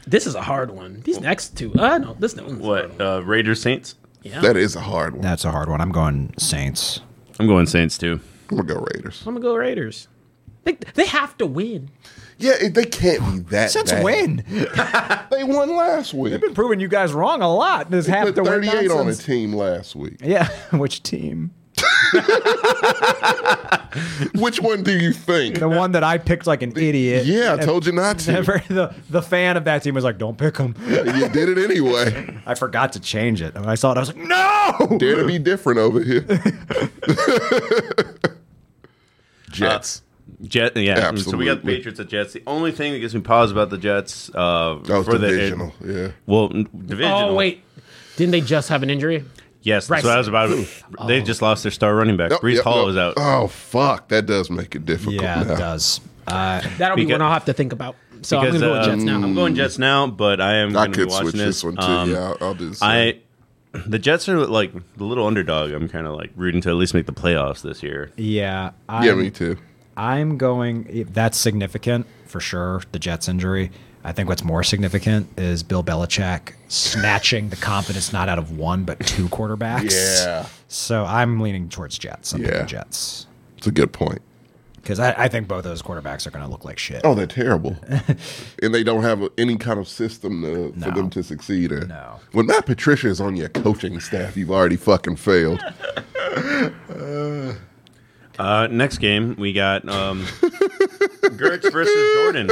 Speaker 2: this is a hard one. These next two. Uh, no, this one's hard.
Speaker 1: what uh, Raiders Saints.
Speaker 2: Yeah.
Speaker 4: That is a hard one.
Speaker 3: That's a hard one. I'm going Saints.
Speaker 1: I'm going Saints too.
Speaker 4: I'm gonna go Raiders.
Speaker 2: I'm gonna go Raiders. They, they have to win.
Speaker 4: Yeah, it- they can't be that.
Speaker 3: Since
Speaker 4: bad.
Speaker 3: when?
Speaker 4: They won last week.
Speaker 3: Been proving you guys wrong a lot. This half
Speaker 4: Put
Speaker 3: the win
Speaker 4: 38 on a
Speaker 3: nonsense.
Speaker 4: team last week.
Speaker 3: Yeah, which team?
Speaker 4: Which one do you think?
Speaker 3: The one that I picked like an idiot.
Speaker 4: Yeah, I told you not to.
Speaker 3: Never, the the fan of that team was like, "Don't pick them."
Speaker 4: You did it anyway.
Speaker 3: I forgot to change it. And when I saw it, I was like, "No!"
Speaker 4: Dare to be different over here. Jets.
Speaker 1: Jet, yeah. So we got the
Speaker 4: Absolutely.
Speaker 1: Patriots at Jets. The only thing that gives me pause about the Jets uh,
Speaker 4: that was
Speaker 1: for the
Speaker 4: divisional. yeah.
Speaker 1: well n- divisional.
Speaker 2: Oh wait, didn't they just have an injury?
Speaker 1: yes, that's
Speaker 2: Bryce.
Speaker 1: what I was about.
Speaker 2: Oh.
Speaker 1: They just lost their star running back.
Speaker 4: Nope,
Speaker 1: Brees
Speaker 4: yep,
Speaker 1: Hall
Speaker 4: nope.
Speaker 1: was out.
Speaker 4: Oh fuck, that does make it difficult.
Speaker 3: Yeah,
Speaker 4: now.
Speaker 3: it does. Uh,
Speaker 2: That'll be
Speaker 1: Because-
Speaker 2: one I'll have to think about. So
Speaker 1: Because,
Speaker 2: I'm gonna go with
Speaker 1: uh,
Speaker 2: Jets now.
Speaker 1: I'm going Jets now, but I am
Speaker 4: I
Speaker 1: going to be
Speaker 4: could
Speaker 1: watching
Speaker 4: switch
Speaker 1: this.
Speaker 4: this one too.
Speaker 1: Um,
Speaker 4: yeah, I'll, I'll do this.
Speaker 1: I the Jets are like the little underdog. I'm kind of like rooting to at least make the playoffs this year.
Speaker 3: yeah, I'm,
Speaker 4: yeah, me too.
Speaker 3: I'm going. That's significant for sure. The Jets injury. I think what's more significant is Bill Belichick snatching the confidence not out of one but two quarterbacks.
Speaker 4: Yeah.
Speaker 3: So I'm leaning towards Jets. I'm
Speaker 4: Yeah.
Speaker 3: picking Jets
Speaker 4: It's a good point.
Speaker 3: because I, I think both those quarterbacks are going to look like shit.
Speaker 4: Oh, they're terrible, and they don't have any kind of system to, for
Speaker 3: No.
Speaker 4: them to succeed in.
Speaker 3: No.
Speaker 4: When Matt Patricia is on your coaching staff, you've already fucking failed.
Speaker 1: Uh, next game we got um, Gertz versus Jordan.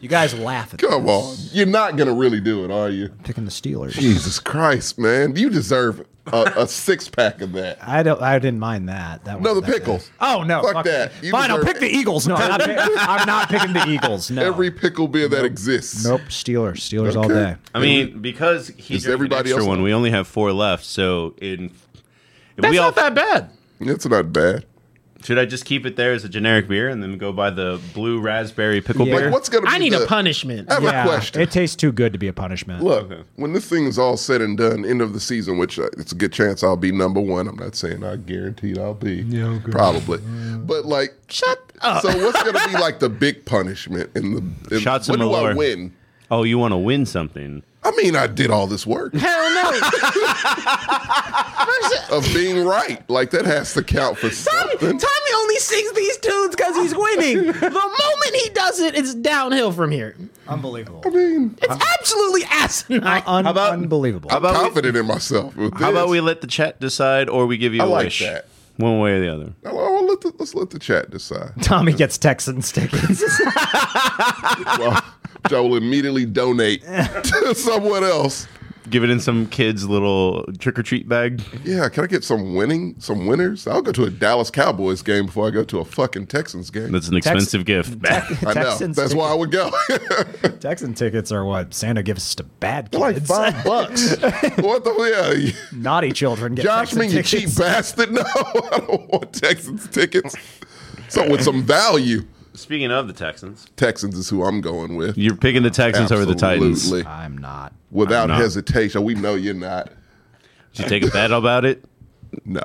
Speaker 3: You guys laugh at
Speaker 4: Come
Speaker 3: this.
Speaker 4: on, you're not gonna really do it, are you?
Speaker 3: picking the Steelers.
Speaker 4: Jesus Christ, man, you deserve a, a six pack of that.
Speaker 3: I don't. I didn't mind that. That
Speaker 4: No,
Speaker 3: was-
Speaker 4: the
Speaker 3: that-
Speaker 4: pickles.
Speaker 3: Oh no!
Speaker 4: Fuck that. You
Speaker 3: Fine, I'll
Speaker 4: deserve
Speaker 3: pick the Eagles. No, I'm not, pick- I'm not picking the Eagles. No.
Speaker 4: Every pickle beer that exists.
Speaker 3: nope. Steelers. Steelers all
Speaker 4: Okay.
Speaker 3: day.
Speaker 1: I mean, because he
Speaker 4: Is
Speaker 1: drank an
Speaker 4: everybody
Speaker 1: extra
Speaker 4: else-
Speaker 1: one, we only have four left. So in if
Speaker 2: That's
Speaker 1: we all
Speaker 2: not that bad.
Speaker 4: It's not bad.
Speaker 1: Should I just keep it there as a generic beer and then go buy the blue raspberry pickle
Speaker 3: Yeah.
Speaker 1: beer?
Speaker 4: Like, what's gonna? Be
Speaker 2: I need
Speaker 4: the,
Speaker 2: a punishment.
Speaker 4: I have a
Speaker 3: Yeah,
Speaker 4: question.
Speaker 3: it tastes too good to be a punishment.
Speaker 4: Look,
Speaker 1: Mm-hmm.
Speaker 4: when this thing is all said and done, end of the season, which uh, it's a good chance I'll be number one. I'm not saying I guaranteed I'll be, probably,
Speaker 1: Mm.
Speaker 4: but like, shut up. So what's gonna be like the big punishment in the in,
Speaker 1: Shots
Speaker 4: What
Speaker 1: of
Speaker 4: do I
Speaker 1: Malort.
Speaker 4: win?
Speaker 1: Oh, you want to win something?
Speaker 4: I mean, I did all this work
Speaker 2: Hell no.
Speaker 4: of being right. Like that has to count for
Speaker 2: Tommy,
Speaker 4: something.
Speaker 2: Tommy only sings these tunes because he's winning. the moment he does it, it's downhill from here.
Speaker 3: Unbelievable.
Speaker 4: I mean,
Speaker 2: It's absolutely asinine.
Speaker 3: Un-
Speaker 1: about-
Speaker 3: unbelievable.
Speaker 1: How about we-
Speaker 4: confident in myself. with
Speaker 1: How about
Speaker 4: this.
Speaker 1: we let the chat decide, or we give you
Speaker 4: I
Speaker 1: a
Speaker 4: like
Speaker 1: wish,
Speaker 4: that.
Speaker 1: one way or the other?
Speaker 4: Oh, well, let the, let's let the chat decide.
Speaker 3: Tommy gets Texans tickets.
Speaker 4: well, which I will immediately donate to someone else.
Speaker 1: Give it in some kid's little trick or treat bag.
Speaker 4: Yeah, can I get some winning, some winners? I'll go to a Dallas Cowboys game before I go to a fucking Texans game.
Speaker 1: That's an expensive gift.
Speaker 4: I know.
Speaker 3: Texans
Speaker 4: That's why I would go.
Speaker 3: Texan tickets are what Santa gives us to bad
Speaker 4: They're like
Speaker 3: kids.
Speaker 4: five bucks. what the? Yeah.
Speaker 3: Naughty children get
Speaker 4: Josh,
Speaker 3: Texan
Speaker 4: mean you
Speaker 3: tickets.
Speaker 4: cheap bastard. No, I don't want Texans tickets. So with some value,
Speaker 1: Speaking of the Texans,
Speaker 4: Texans is who I'm going with.
Speaker 1: you're picking the Texans over the Titans. Did
Speaker 4: Absolutely.
Speaker 3: I'm not.
Speaker 4: Without
Speaker 1: not.
Speaker 4: hesitation. We know you're not.
Speaker 1: you take a bet about it?
Speaker 4: No,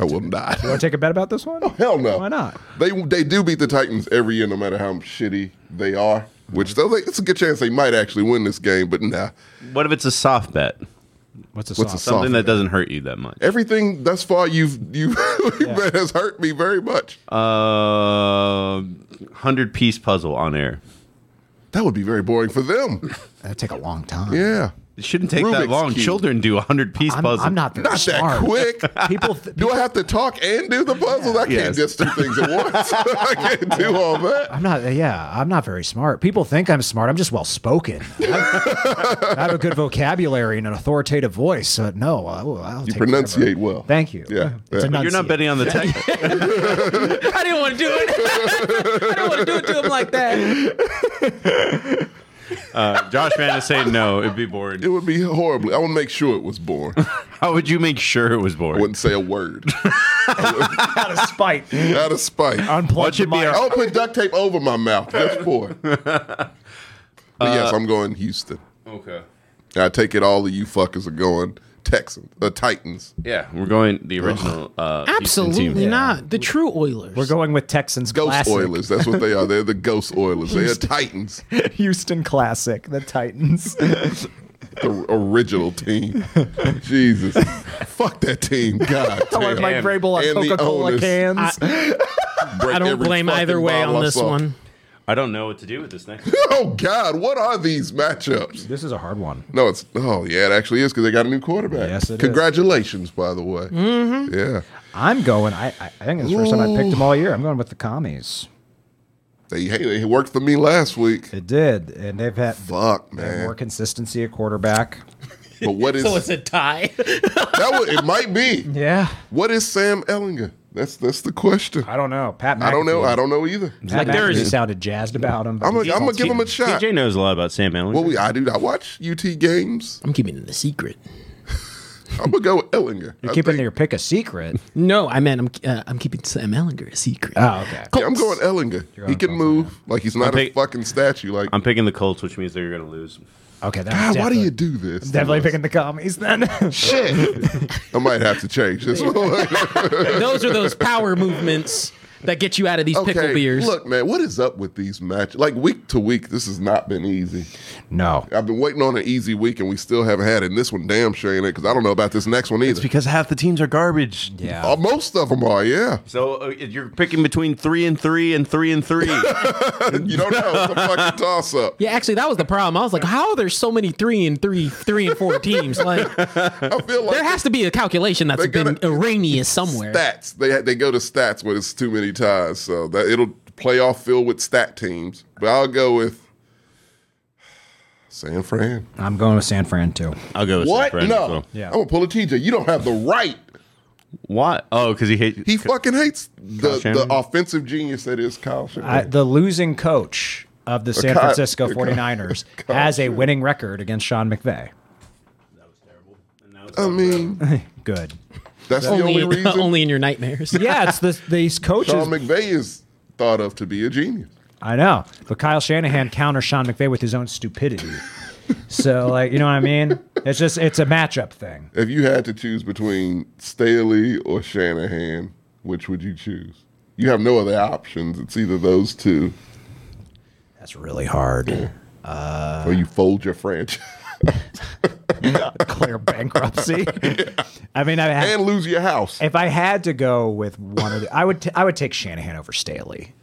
Speaker 4: I will not.
Speaker 3: Want to take a bet about this one?
Speaker 4: Oh, Hell no.
Speaker 3: Why not?
Speaker 4: They they do beat the Titans every year, no matter how shitty they are. Which though they, it's a good chance they might actually win this game, but nah.
Speaker 1: What if it's a soft bet?
Speaker 3: What's a
Speaker 4: What's
Speaker 3: sauce?
Speaker 4: a sauce?
Speaker 1: Something
Speaker 4: Soft
Speaker 1: that
Speaker 4: bet.
Speaker 1: doesn't hurt you that much.
Speaker 4: Everything thus far you've you
Speaker 3: Yeah.
Speaker 4: has hurt me very much.
Speaker 1: Uh, hundred piece puzzle on air.
Speaker 4: That would be very boring for them.
Speaker 3: That'd take a long time.
Speaker 4: Yeah,
Speaker 1: It shouldn't take that
Speaker 4: Rubik's
Speaker 1: long.
Speaker 4: Cube.
Speaker 1: Children do a hundred piece
Speaker 3: I'm,
Speaker 1: puzzle.
Speaker 3: I'm not very
Speaker 4: not that
Speaker 3: smart.
Speaker 4: quick.
Speaker 3: People, th-
Speaker 4: Do I have to talk and do the puzzles? I can't
Speaker 1: Yes.
Speaker 4: just do things at once. I can't do all that.
Speaker 3: I'm not. Yeah, I'm not very smart. People think I'm smart. I'm just well spoken. I have a good vocabulary and an authoritative voice. So no, I will, I'll
Speaker 4: You
Speaker 3: take
Speaker 4: pronunciate
Speaker 3: whatever.
Speaker 4: well.
Speaker 3: Thank you.
Speaker 4: Yeah,
Speaker 3: It's
Speaker 4: yeah.
Speaker 1: You're not
Speaker 3: enunciate.
Speaker 1: betting on the Texans.
Speaker 2: I didn't want to do it. I didn't want to do it to him like that.
Speaker 1: Uh, Josh Van is saying no. It'd be boring.
Speaker 4: It would be horribly. I would make sure it was boring. I
Speaker 1: How would you make sure it was boring?
Speaker 4: wouldn't say a word
Speaker 3: out of spite.
Speaker 4: out of spite.
Speaker 3: Unplug
Speaker 1: Watch
Speaker 3: the
Speaker 1: it be
Speaker 3: mic.
Speaker 1: our-
Speaker 4: I'll Oh, put duct tape over my mouth just for it. But yes, I'm going Houston.
Speaker 1: Okay.
Speaker 4: I take it all of you fuckers are going Texans, uh, Titans.
Speaker 1: Yeah, we're going the original. Uh, Houston team.
Speaker 2: Absolutely not. The true Oilers.
Speaker 3: We're going with Texans
Speaker 4: Ghost
Speaker 3: Classic.
Speaker 4: Oilers. That's what they are. They're the Ghost Oilers. They are Titans,
Speaker 3: Houston Classic. The Titans.
Speaker 4: the original team. Jesus. Fuck that team. God.
Speaker 3: like
Speaker 4: Damn.
Speaker 3: Mike Vrabel on
Speaker 4: And the
Speaker 3: Coca-Cola
Speaker 4: owners.
Speaker 3: cans.
Speaker 4: Break
Speaker 2: I don't
Speaker 4: every
Speaker 2: blame
Speaker 4: fucking
Speaker 2: either way
Speaker 4: bottle
Speaker 2: on
Speaker 4: I
Speaker 2: this
Speaker 4: saw.
Speaker 2: one.
Speaker 1: I don't know what to do with this next.
Speaker 4: Oh, God. What are these matchups?
Speaker 3: this is a hard one.
Speaker 4: No, it's. Oh, yeah, it actually is because they got a new quarterback.
Speaker 3: Yes, it is.
Speaker 4: Congratulations, by the way. Mm-hmm. Yeah.
Speaker 3: I'm going. I, I I think it's the first time I picked them all year. I'm going with the commies.
Speaker 4: They, hey, they worked for me last week.
Speaker 3: It did, and they've had
Speaker 4: Fuck,
Speaker 3: they have
Speaker 4: man.
Speaker 3: more consistency at quarterback.
Speaker 4: But what is
Speaker 2: So it's a tie.
Speaker 4: that? Would, it might be.
Speaker 3: Yeah,
Speaker 4: What is Sam Ellinger? That's that's the question.
Speaker 3: I don't know. Pat, McAfee,
Speaker 4: I don't know. I don't know either.
Speaker 2: Like,
Speaker 3: Pat
Speaker 2: there
Speaker 3: McAfee
Speaker 2: is-
Speaker 3: sounded jazzed about him. but
Speaker 4: I'm
Speaker 3: he's
Speaker 4: gonna, I'm
Speaker 3: all
Speaker 4: gonna give him a
Speaker 3: team.
Speaker 4: shot.
Speaker 1: TJ knows a lot about Sam Allen.
Speaker 4: Well, we I do. I watch UT games.
Speaker 2: I'm keeping it a secret.
Speaker 4: I'm gonna go with Ellinger.
Speaker 3: You're
Speaker 4: I
Speaker 3: keeping
Speaker 4: think-
Speaker 3: your pick a secret.
Speaker 2: No, I meant I'm uh, I'm keeping Sam Ellinger a secret.
Speaker 3: Oh, okay.
Speaker 4: Yeah, I'm going Ellinger. he can move. Like he's not a
Speaker 1: pick-
Speaker 4: fucking statue. Like
Speaker 1: I'm picking the Colts, which means they're going to lose.
Speaker 3: Okay. That
Speaker 4: God,
Speaker 3: was
Speaker 4: why do
Speaker 3: definitely-
Speaker 4: you do this?
Speaker 3: Definitely picking the commies then.
Speaker 4: shit. I might have to change this. one.
Speaker 2: those are those power movements that get you out of these pickle beers.
Speaker 4: Look, man, what is up with these matches? Like week to week, this has not been easy.
Speaker 3: no.
Speaker 4: I've been waiting on an easy week, and we still haven't had it. And this one, damn sure ain't it, because I don't know about this next one either.
Speaker 1: Because half the teams are garbage.
Speaker 3: Yeah.
Speaker 4: Uh, most of them are, yeah.
Speaker 1: So uh, you're picking between three and three and three and three.
Speaker 4: You don't know. It's a fucking toss up.
Speaker 2: yeah, actually, that was the problem. I was like, how are there so many three and three, three and four teams? Like,
Speaker 4: I feel like
Speaker 2: there has to be a calculation that's
Speaker 4: They gotta-
Speaker 2: been erroneous somewhere.
Speaker 4: stats. They they go to stats when it's too many ties. So that it'll playoff filled with stat teams. But I'll go with San Fran.
Speaker 3: I'm going with San Fran too.
Speaker 1: I'll go with
Speaker 4: What?
Speaker 1: San Fran
Speaker 4: no.
Speaker 1: as well.
Speaker 3: Yeah.
Speaker 4: I'm gonna pull a TJ. You don't have the right.
Speaker 1: Why? Oh, because he hates.
Speaker 4: He fucking hates the, the
Speaker 1: Shanahan?
Speaker 4: offensive genius that is Kyle Shanahan.
Speaker 3: I, the losing coach of the San
Speaker 4: Ky-
Speaker 3: Francisco
Speaker 4: Ky-
Speaker 3: 49ers has a winning record against Sean McVay.
Speaker 4: I mean,
Speaker 3: Good.
Speaker 4: That's the
Speaker 2: only,
Speaker 4: only reason.
Speaker 2: only in your nightmares.
Speaker 3: yeah, it's the these coaches.
Speaker 4: Sean McVay is thought of to be a genius.
Speaker 3: I know, but Kyle Shanahan counters Sean McVay with his own stupidity. so, like, you know what I mean? It's just it's a matchup thing.
Speaker 4: If you had to choose between Staley or Shanahan, which would you choose? You have no other options. It's either those two,
Speaker 3: That's really hard. Uh,
Speaker 4: or you fold your franchise
Speaker 3: Declare bankruptcy. I mean, I had,
Speaker 4: and lose your house.
Speaker 3: if I had to go with one of the, I would t- I would take Shanahan over Staley.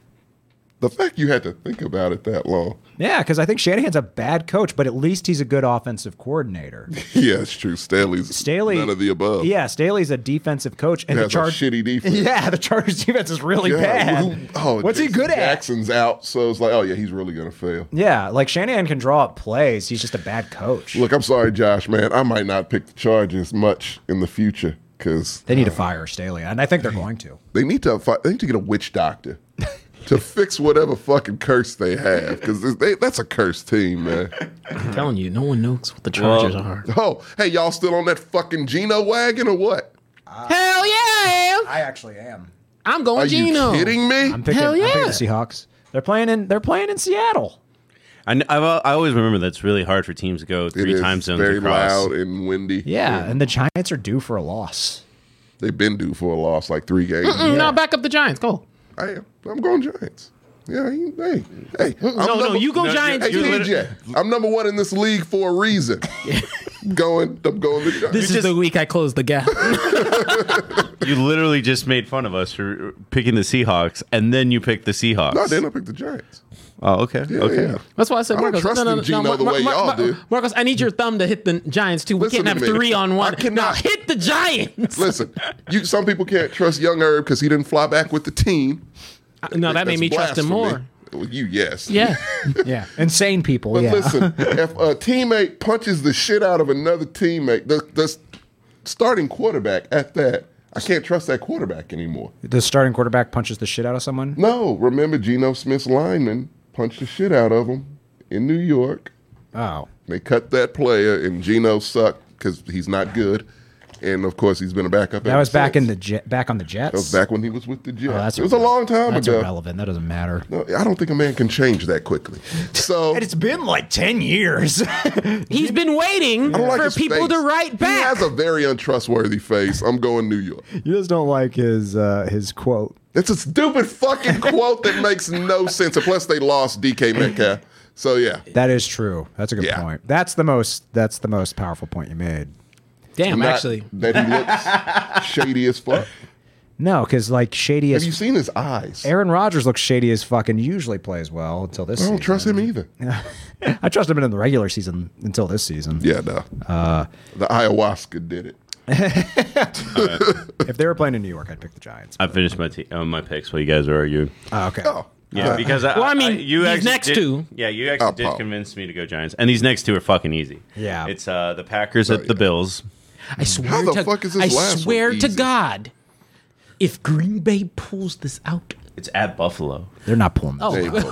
Speaker 4: The fact you had to think about it that long.
Speaker 3: Yeah, because I think Shanahan's a bad coach, but at least he's a good offensive coordinator.
Speaker 4: Yeah, it's true. Staley's
Speaker 3: Staley,
Speaker 4: none of the above.
Speaker 3: Yeah, Staley's a defensive coach, and
Speaker 4: He
Speaker 3: the
Speaker 4: has a
Speaker 3: charge.
Speaker 4: shitty defense.
Speaker 3: Yeah, the Chargers defense is really
Speaker 4: Yeah,
Speaker 3: bad.
Speaker 4: who- oh,
Speaker 3: What's he
Speaker 4: Jason
Speaker 3: good at?
Speaker 4: Jackson's out, so it's like, oh yeah, he's really gonna fail.
Speaker 3: Yeah, like Shanahan can draw up plays. He's just a bad coach.
Speaker 4: Look, I'm sorry, Josh, man. I might not pick the Chargers much in the future because
Speaker 3: they need to fire Staley, and I think they're going to.
Speaker 4: they need to fi- they need to get a witch doctor to fix whatever fucking curse they have because that's a cursed team, man.
Speaker 2: I'm telling you, no one knows what the Chargers
Speaker 1: Well,
Speaker 2: are.
Speaker 4: Oh, hey, y'all still on that fucking Geno wagon or what?
Speaker 2: Hell yeah, I am.
Speaker 3: I actually am.
Speaker 2: I'm going
Speaker 4: Are
Speaker 2: Geno.
Speaker 4: you kidding me?
Speaker 3: I'm picking,
Speaker 2: Hell
Speaker 3: I'm picking
Speaker 2: yeah.
Speaker 3: the Seahawks. They're playing in. They're playing in Seattle.
Speaker 1: I, kn- I've, al- I always remember that's really hard for teams to go
Speaker 4: It
Speaker 1: three
Speaker 4: is
Speaker 1: time zones
Speaker 4: very
Speaker 1: across.
Speaker 4: loud and windy.
Speaker 3: Yeah, and the Giants are due for a loss.
Speaker 4: they've been due for a loss like three games.
Speaker 2: Mm, Now back up the Giants. Go.
Speaker 4: I am. I'm going Giants. Yeah, you- hey, hey. I'm
Speaker 2: no,
Speaker 4: number-
Speaker 2: you go No, Giants.
Speaker 4: Hey,
Speaker 2: you're
Speaker 4: TJ, I'm number one in this league for a reason. going, I'm going the Giants.
Speaker 2: This is
Speaker 1: just-
Speaker 2: the week I close the gap.
Speaker 1: You literally just made fun of us for picking the Seahawks, and then you picked the Seahawks.
Speaker 4: no, then I picked the Giants.
Speaker 1: Oh, okay.
Speaker 4: Yeah,
Speaker 1: okay.
Speaker 4: yeah.
Speaker 2: That's why I said
Speaker 4: I don't
Speaker 2: Marcos.
Speaker 4: trust in Geno the way y'all do.
Speaker 2: Marcos, I need your thumb to hit the Giants too. We
Speaker 4: Listen
Speaker 2: can't
Speaker 4: to
Speaker 2: have
Speaker 4: me.
Speaker 2: three on one.
Speaker 4: I cannot-
Speaker 2: Now hit the Giants.
Speaker 4: Listen, you some people can't trust Young Herb because he didn't fly back with the team.
Speaker 2: Uh, no, that made
Speaker 4: That's
Speaker 2: me trust him more.
Speaker 4: blasphemy. Well, you yes,
Speaker 2: Yeah.
Speaker 3: Yeah, insane people.
Speaker 4: But
Speaker 3: yeah,
Speaker 4: listen, if a teammate punches the shit out of another teammate, the, the s- starting quarterback at that, I can't trust that quarterback anymore.
Speaker 3: the starting quarterback punches the shit out of someone.
Speaker 4: No, remember Geno Smith's lineman punched the shit out of him in New York.
Speaker 3: Oh,
Speaker 4: They cut that player, and Geno sucked because he's not good. And of course, he's been a backup.
Speaker 3: that
Speaker 4: ever
Speaker 3: was back in
Speaker 4: since.
Speaker 3: the jet. Back on the Jets.
Speaker 4: That was back when he was with the Jets.
Speaker 3: Oh, that's
Speaker 4: it was a long time
Speaker 3: that's
Speaker 4: ago.
Speaker 3: irrelevant. That doesn't matter.
Speaker 4: No, I don't think a man can change that quickly. So
Speaker 3: And it's been like ten years.
Speaker 2: He's been waiting
Speaker 4: I don't like
Speaker 2: for
Speaker 4: his
Speaker 2: people to
Speaker 4: face.
Speaker 2: write
Speaker 4: He
Speaker 2: back.
Speaker 4: has a very untrustworthy face. I'm going New York.
Speaker 3: you just don't like his uh, his quote.
Speaker 4: It's a stupid fucking quote that makes no sense. And plus, they lost DK Metcalf. So yeah,
Speaker 3: That is true. That's a good
Speaker 4: Yeah.
Speaker 3: point. That's the most. That's the most powerful point you made.
Speaker 2: Damn,
Speaker 4: Not
Speaker 2: actually.
Speaker 4: that he looks shady as fuck.
Speaker 3: No, because like shady
Speaker 4: Have
Speaker 3: as
Speaker 4: you seen his eyes?
Speaker 3: Aaron Rodgers looks shady as fucking. Usually plays well until this.
Speaker 4: I don't
Speaker 3: season.
Speaker 4: trust him either.
Speaker 3: I trust him in the regular season until this season.
Speaker 4: Yeah, no. the ayahuasca did it.
Speaker 3: If they were playing in New York, I'd pick the Giants.
Speaker 1: I finished my t- uh, my picks while you guys are arguing.
Speaker 3: Oh, okay.
Speaker 4: Oh,
Speaker 1: Yeah, because I,
Speaker 2: Well, I mean,
Speaker 1: you
Speaker 2: these
Speaker 1: actually
Speaker 2: next
Speaker 1: did-
Speaker 2: two.
Speaker 1: Yeah, you actually
Speaker 4: Oh,
Speaker 1: did
Speaker 4: Paul.
Speaker 1: convince me to go Giants, and these next two are fucking easy.
Speaker 3: Yeah.
Speaker 1: it's uh, the Packers
Speaker 4: Oh,
Speaker 1: at the Bills.
Speaker 2: I swear
Speaker 4: How the
Speaker 2: to,
Speaker 4: fuck is
Speaker 2: I
Speaker 4: this last
Speaker 2: swear
Speaker 4: one
Speaker 2: to
Speaker 4: easy?
Speaker 2: God, if Green Bay pulls this out,
Speaker 1: It's at Buffalo.
Speaker 3: They're not pulling. This.
Speaker 2: Oh.
Speaker 4: They both.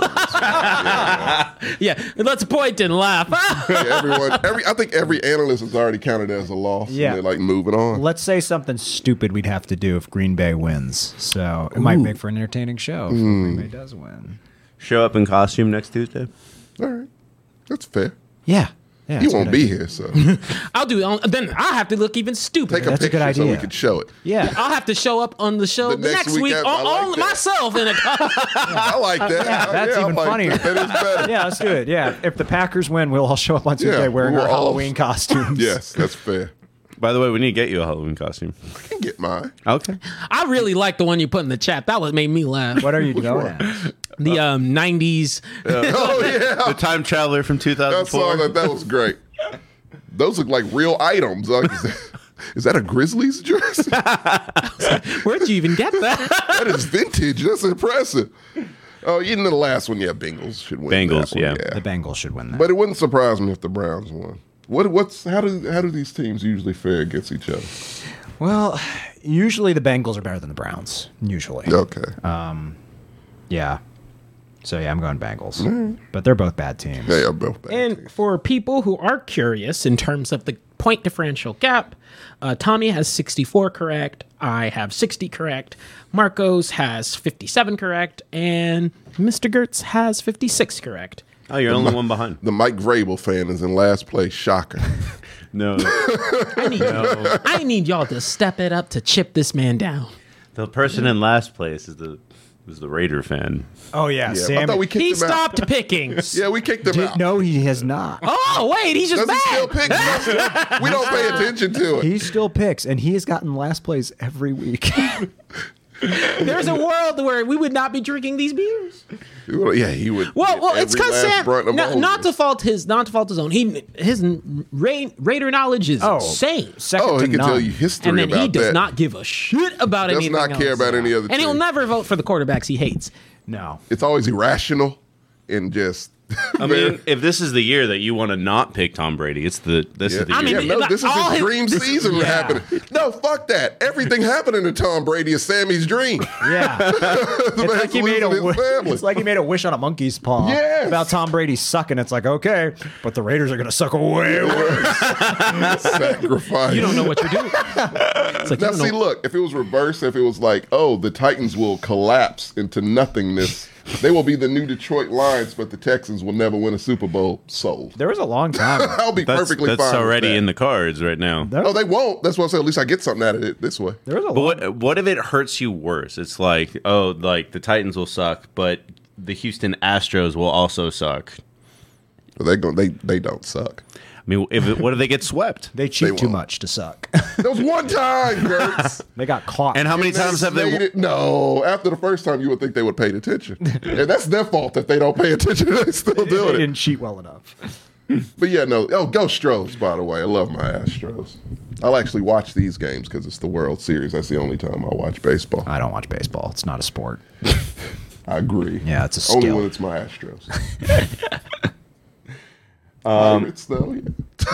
Speaker 2: yeah, let's point and laugh. Ah!
Speaker 4: Yeah, everyone, every I think every analyst has already counted it as a loss.
Speaker 3: Yeah.
Speaker 4: and they're like moving on.
Speaker 3: Oh, Let's say something stupid we'd have to do if Green Bay wins. So it might make for an entertaining show. If Green Bay does win.
Speaker 1: Show up in costume next Tuesday.
Speaker 4: All right, that's fair.
Speaker 3: Yeah. Yeah.
Speaker 4: He
Speaker 3: that's a
Speaker 4: won't
Speaker 3: good
Speaker 4: be
Speaker 3: idea.
Speaker 4: here, so
Speaker 2: I'll do it. on- Then I'll have to look even stupider.
Speaker 4: take a
Speaker 3: That's a
Speaker 4: picture
Speaker 3: good
Speaker 4: so we
Speaker 3: idea.
Speaker 4: can show it.
Speaker 3: Yeah.
Speaker 2: I'll have to show up on the show
Speaker 4: The next
Speaker 2: next, week,
Speaker 4: weekend,
Speaker 2: on,
Speaker 4: I like
Speaker 2: on
Speaker 4: that.
Speaker 2: myself in a
Speaker 4: I like that. Yeah,
Speaker 3: that's
Speaker 4: I
Speaker 3: even
Speaker 4: like
Speaker 3: funnier.
Speaker 4: That. that is better.
Speaker 3: Yeah, let's do it. Yeah. If the Packers win, we'll all show up on Tuesday
Speaker 4: Yeah,
Speaker 3: wearing
Speaker 4: we're
Speaker 3: our
Speaker 4: all-
Speaker 3: Halloween costumes.
Speaker 4: Yes, that's fair.
Speaker 1: By the way, we need to get you a Halloween costume.
Speaker 4: I can get mine.
Speaker 1: Okay.
Speaker 2: I really like the one you put in the chat. That one made me laugh.
Speaker 3: What are you going at?
Speaker 2: The um, 90s.
Speaker 4: Oh Uh, yeah,
Speaker 1: The time traveler from
Speaker 4: I saw
Speaker 1: 2004.
Speaker 4: that. That was great. Those look like real items. Like, is, that, is that a Grizzlies dress? that
Speaker 2: Where'd you even get that?
Speaker 4: is vintage. That's impressive. Oh, you know the last one. Yeah, Bengals should win. that
Speaker 1: Bengals,
Speaker 4: one,
Speaker 1: yeah.
Speaker 3: The Bengals should win that.
Speaker 4: But it wouldn't surprise me if the Browns won. What what's how do how do these teams usually fare against each other?
Speaker 3: well, usually the Bengals are better than the Browns. Usually.
Speaker 4: Okay.
Speaker 3: Yeah. So yeah, I'm going Bengals. But they're both bad teams.
Speaker 4: they are both bad.
Speaker 2: and for people who are curious in terms of the point differential gap. Uh, Tommy has 64 correct. I have 60 correct. Marcos has 57 correct. And Mr. Gertz has 56 correct.
Speaker 1: Oh, you're only one behind.
Speaker 4: The Mike Vrabel fan is in last place. Shocker.
Speaker 1: No,
Speaker 2: I need, I need y'all to step it up to chip this man down.
Speaker 1: the person in last place is the is the Raider fan.
Speaker 3: Oh yeah,
Speaker 4: Yeah,
Speaker 3: Sam.
Speaker 4: I thought we kicked
Speaker 2: He
Speaker 4: him out.
Speaker 2: stopped picking.
Speaker 4: Yeah, we kicked him
Speaker 5: Did,
Speaker 4: out.
Speaker 5: no, he has not.
Speaker 2: Oh, wait, he's just
Speaker 4: Does he still
Speaker 2: mad.
Speaker 4: pick? we don't pay attention to it.
Speaker 5: He still picks, and he has gotten last place every week.
Speaker 2: There's a world where we would not be drinking these beers.
Speaker 4: Well, yeah, he would.
Speaker 2: Well,
Speaker 4: get
Speaker 2: well, it's
Speaker 4: every
Speaker 2: because
Speaker 4: last
Speaker 2: Sam.
Speaker 4: brunt of
Speaker 2: No,
Speaker 4: all
Speaker 2: not
Speaker 4: this.
Speaker 2: to fault his, not to fault his own. He his ra- Raider knowledge is
Speaker 3: Oh,
Speaker 2: insane,
Speaker 3: second
Speaker 4: Oh,
Speaker 3: to
Speaker 4: he can
Speaker 3: none.
Speaker 4: tell you history
Speaker 2: and then
Speaker 4: about
Speaker 2: he does
Speaker 4: that.
Speaker 2: not give a shit about
Speaker 4: Does
Speaker 2: anything.
Speaker 4: not care
Speaker 2: else.
Speaker 4: about any other
Speaker 2: And he'll
Speaker 4: thing.
Speaker 2: never vote for the quarterbacks he hates.
Speaker 3: No.
Speaker 4: It's always irrational and just.
Speaker 1: I mean, if this is the year that you want to not pick Tom Brady, it's the this
Speaker 4: Yeah.
Speaker 1: is the
Speaker 2: I
Speaker 1: year.
Speaker 2: mean,
Speaker 4: yeah, no,
Speaker 2: like,
Speaker 4: this is
Speaker 2: all
Speaker 4: his
Speaker 2: his-
Speaker 4: dream
Speaker 2: this-
Speaker 4: season
Speaker 3: yeah.
Speaker 4: happening. No, fuck that. Everything happening to Tom Brady is Sammy's dream.
Speaker 3: Yeah.
Speaker 4: The
Speaker 3: It's
Speaker 4: man's
Speaker 3: like, he made a
Speaker 4: losing his
Speaker 3: wi-
Speaker 4: family.
Speaker 3: it's like he made a wish on a monkey's paw
Speaker 4: Yes.
Speaker 3: about Tom Brady sucking. It's like, okay, but the Raiders are going to suck away. worse.
Speaker 4: sacrifice.
Speaker 2: You don't know what you're doing. It's like, you
Speaker 4: Now,
Speaker 2: don't know-
Speaker 4: see, look, if it was reversed, if it was like, oh, the Titans will collapse into nothingness, they will be the new Detroit Lions, but the Texans will never win a Super Bowl. Sold.
Speaker 3: there was a long time.
Speaker 4: I'll be
Speaker 1: that's,
Speaker 4: perfectly
Speaker 1: that's
Speaker 4: fine. with
Speaker 1: already
Speaker 4: that.
Speaker 1: in the cards right now.
Speaker 4: Oh, they won't. That's why I said at least I get something out of it this way.
Speaker 3: There was a
Speaker 1: But
Speaker 3: long
Speaker 1: what what if it hurts you worse? It's like oh, like the Titans will suck, but the Houston Astros will also suck.
Speaker 4: But they gon' they they don't suck.
Speaker 1: I mean, if it, what if they get swept?
Speaker 3: They cheat
Speaker 4: They
Speaker 3: too
Speaker 4: won't.
Speaker 3: much to suck.
Speaker 4: There was one time, Gertz.
Speaker 3: they got caught.
Speaker 1: And how many times have
Speaker 4: made
Speaker 1: they?
Speaker 4: it- No, after the first time, you would think they would pay attention, and that's their fault if they don't pay attention. They still
Speaker 3: they
Speaker 4: doing it.
Speaker 3: didn't cheat well enough.
Speaker 4: But yeah, no. Oh, go Stros, by the way. I love my Astros. I'll actually watch these games because it's the World Series. That's the only time I'll watch baseball.
Speaker 3: I don't watch baseball. It's not a sport.
Speaker 4: I agree.
Speaker 3: Yeah, it's a
Speaker 4: Only
Speaker 3: skill.
Speaker 4: when it's my Astros. Pirates, though. yeah.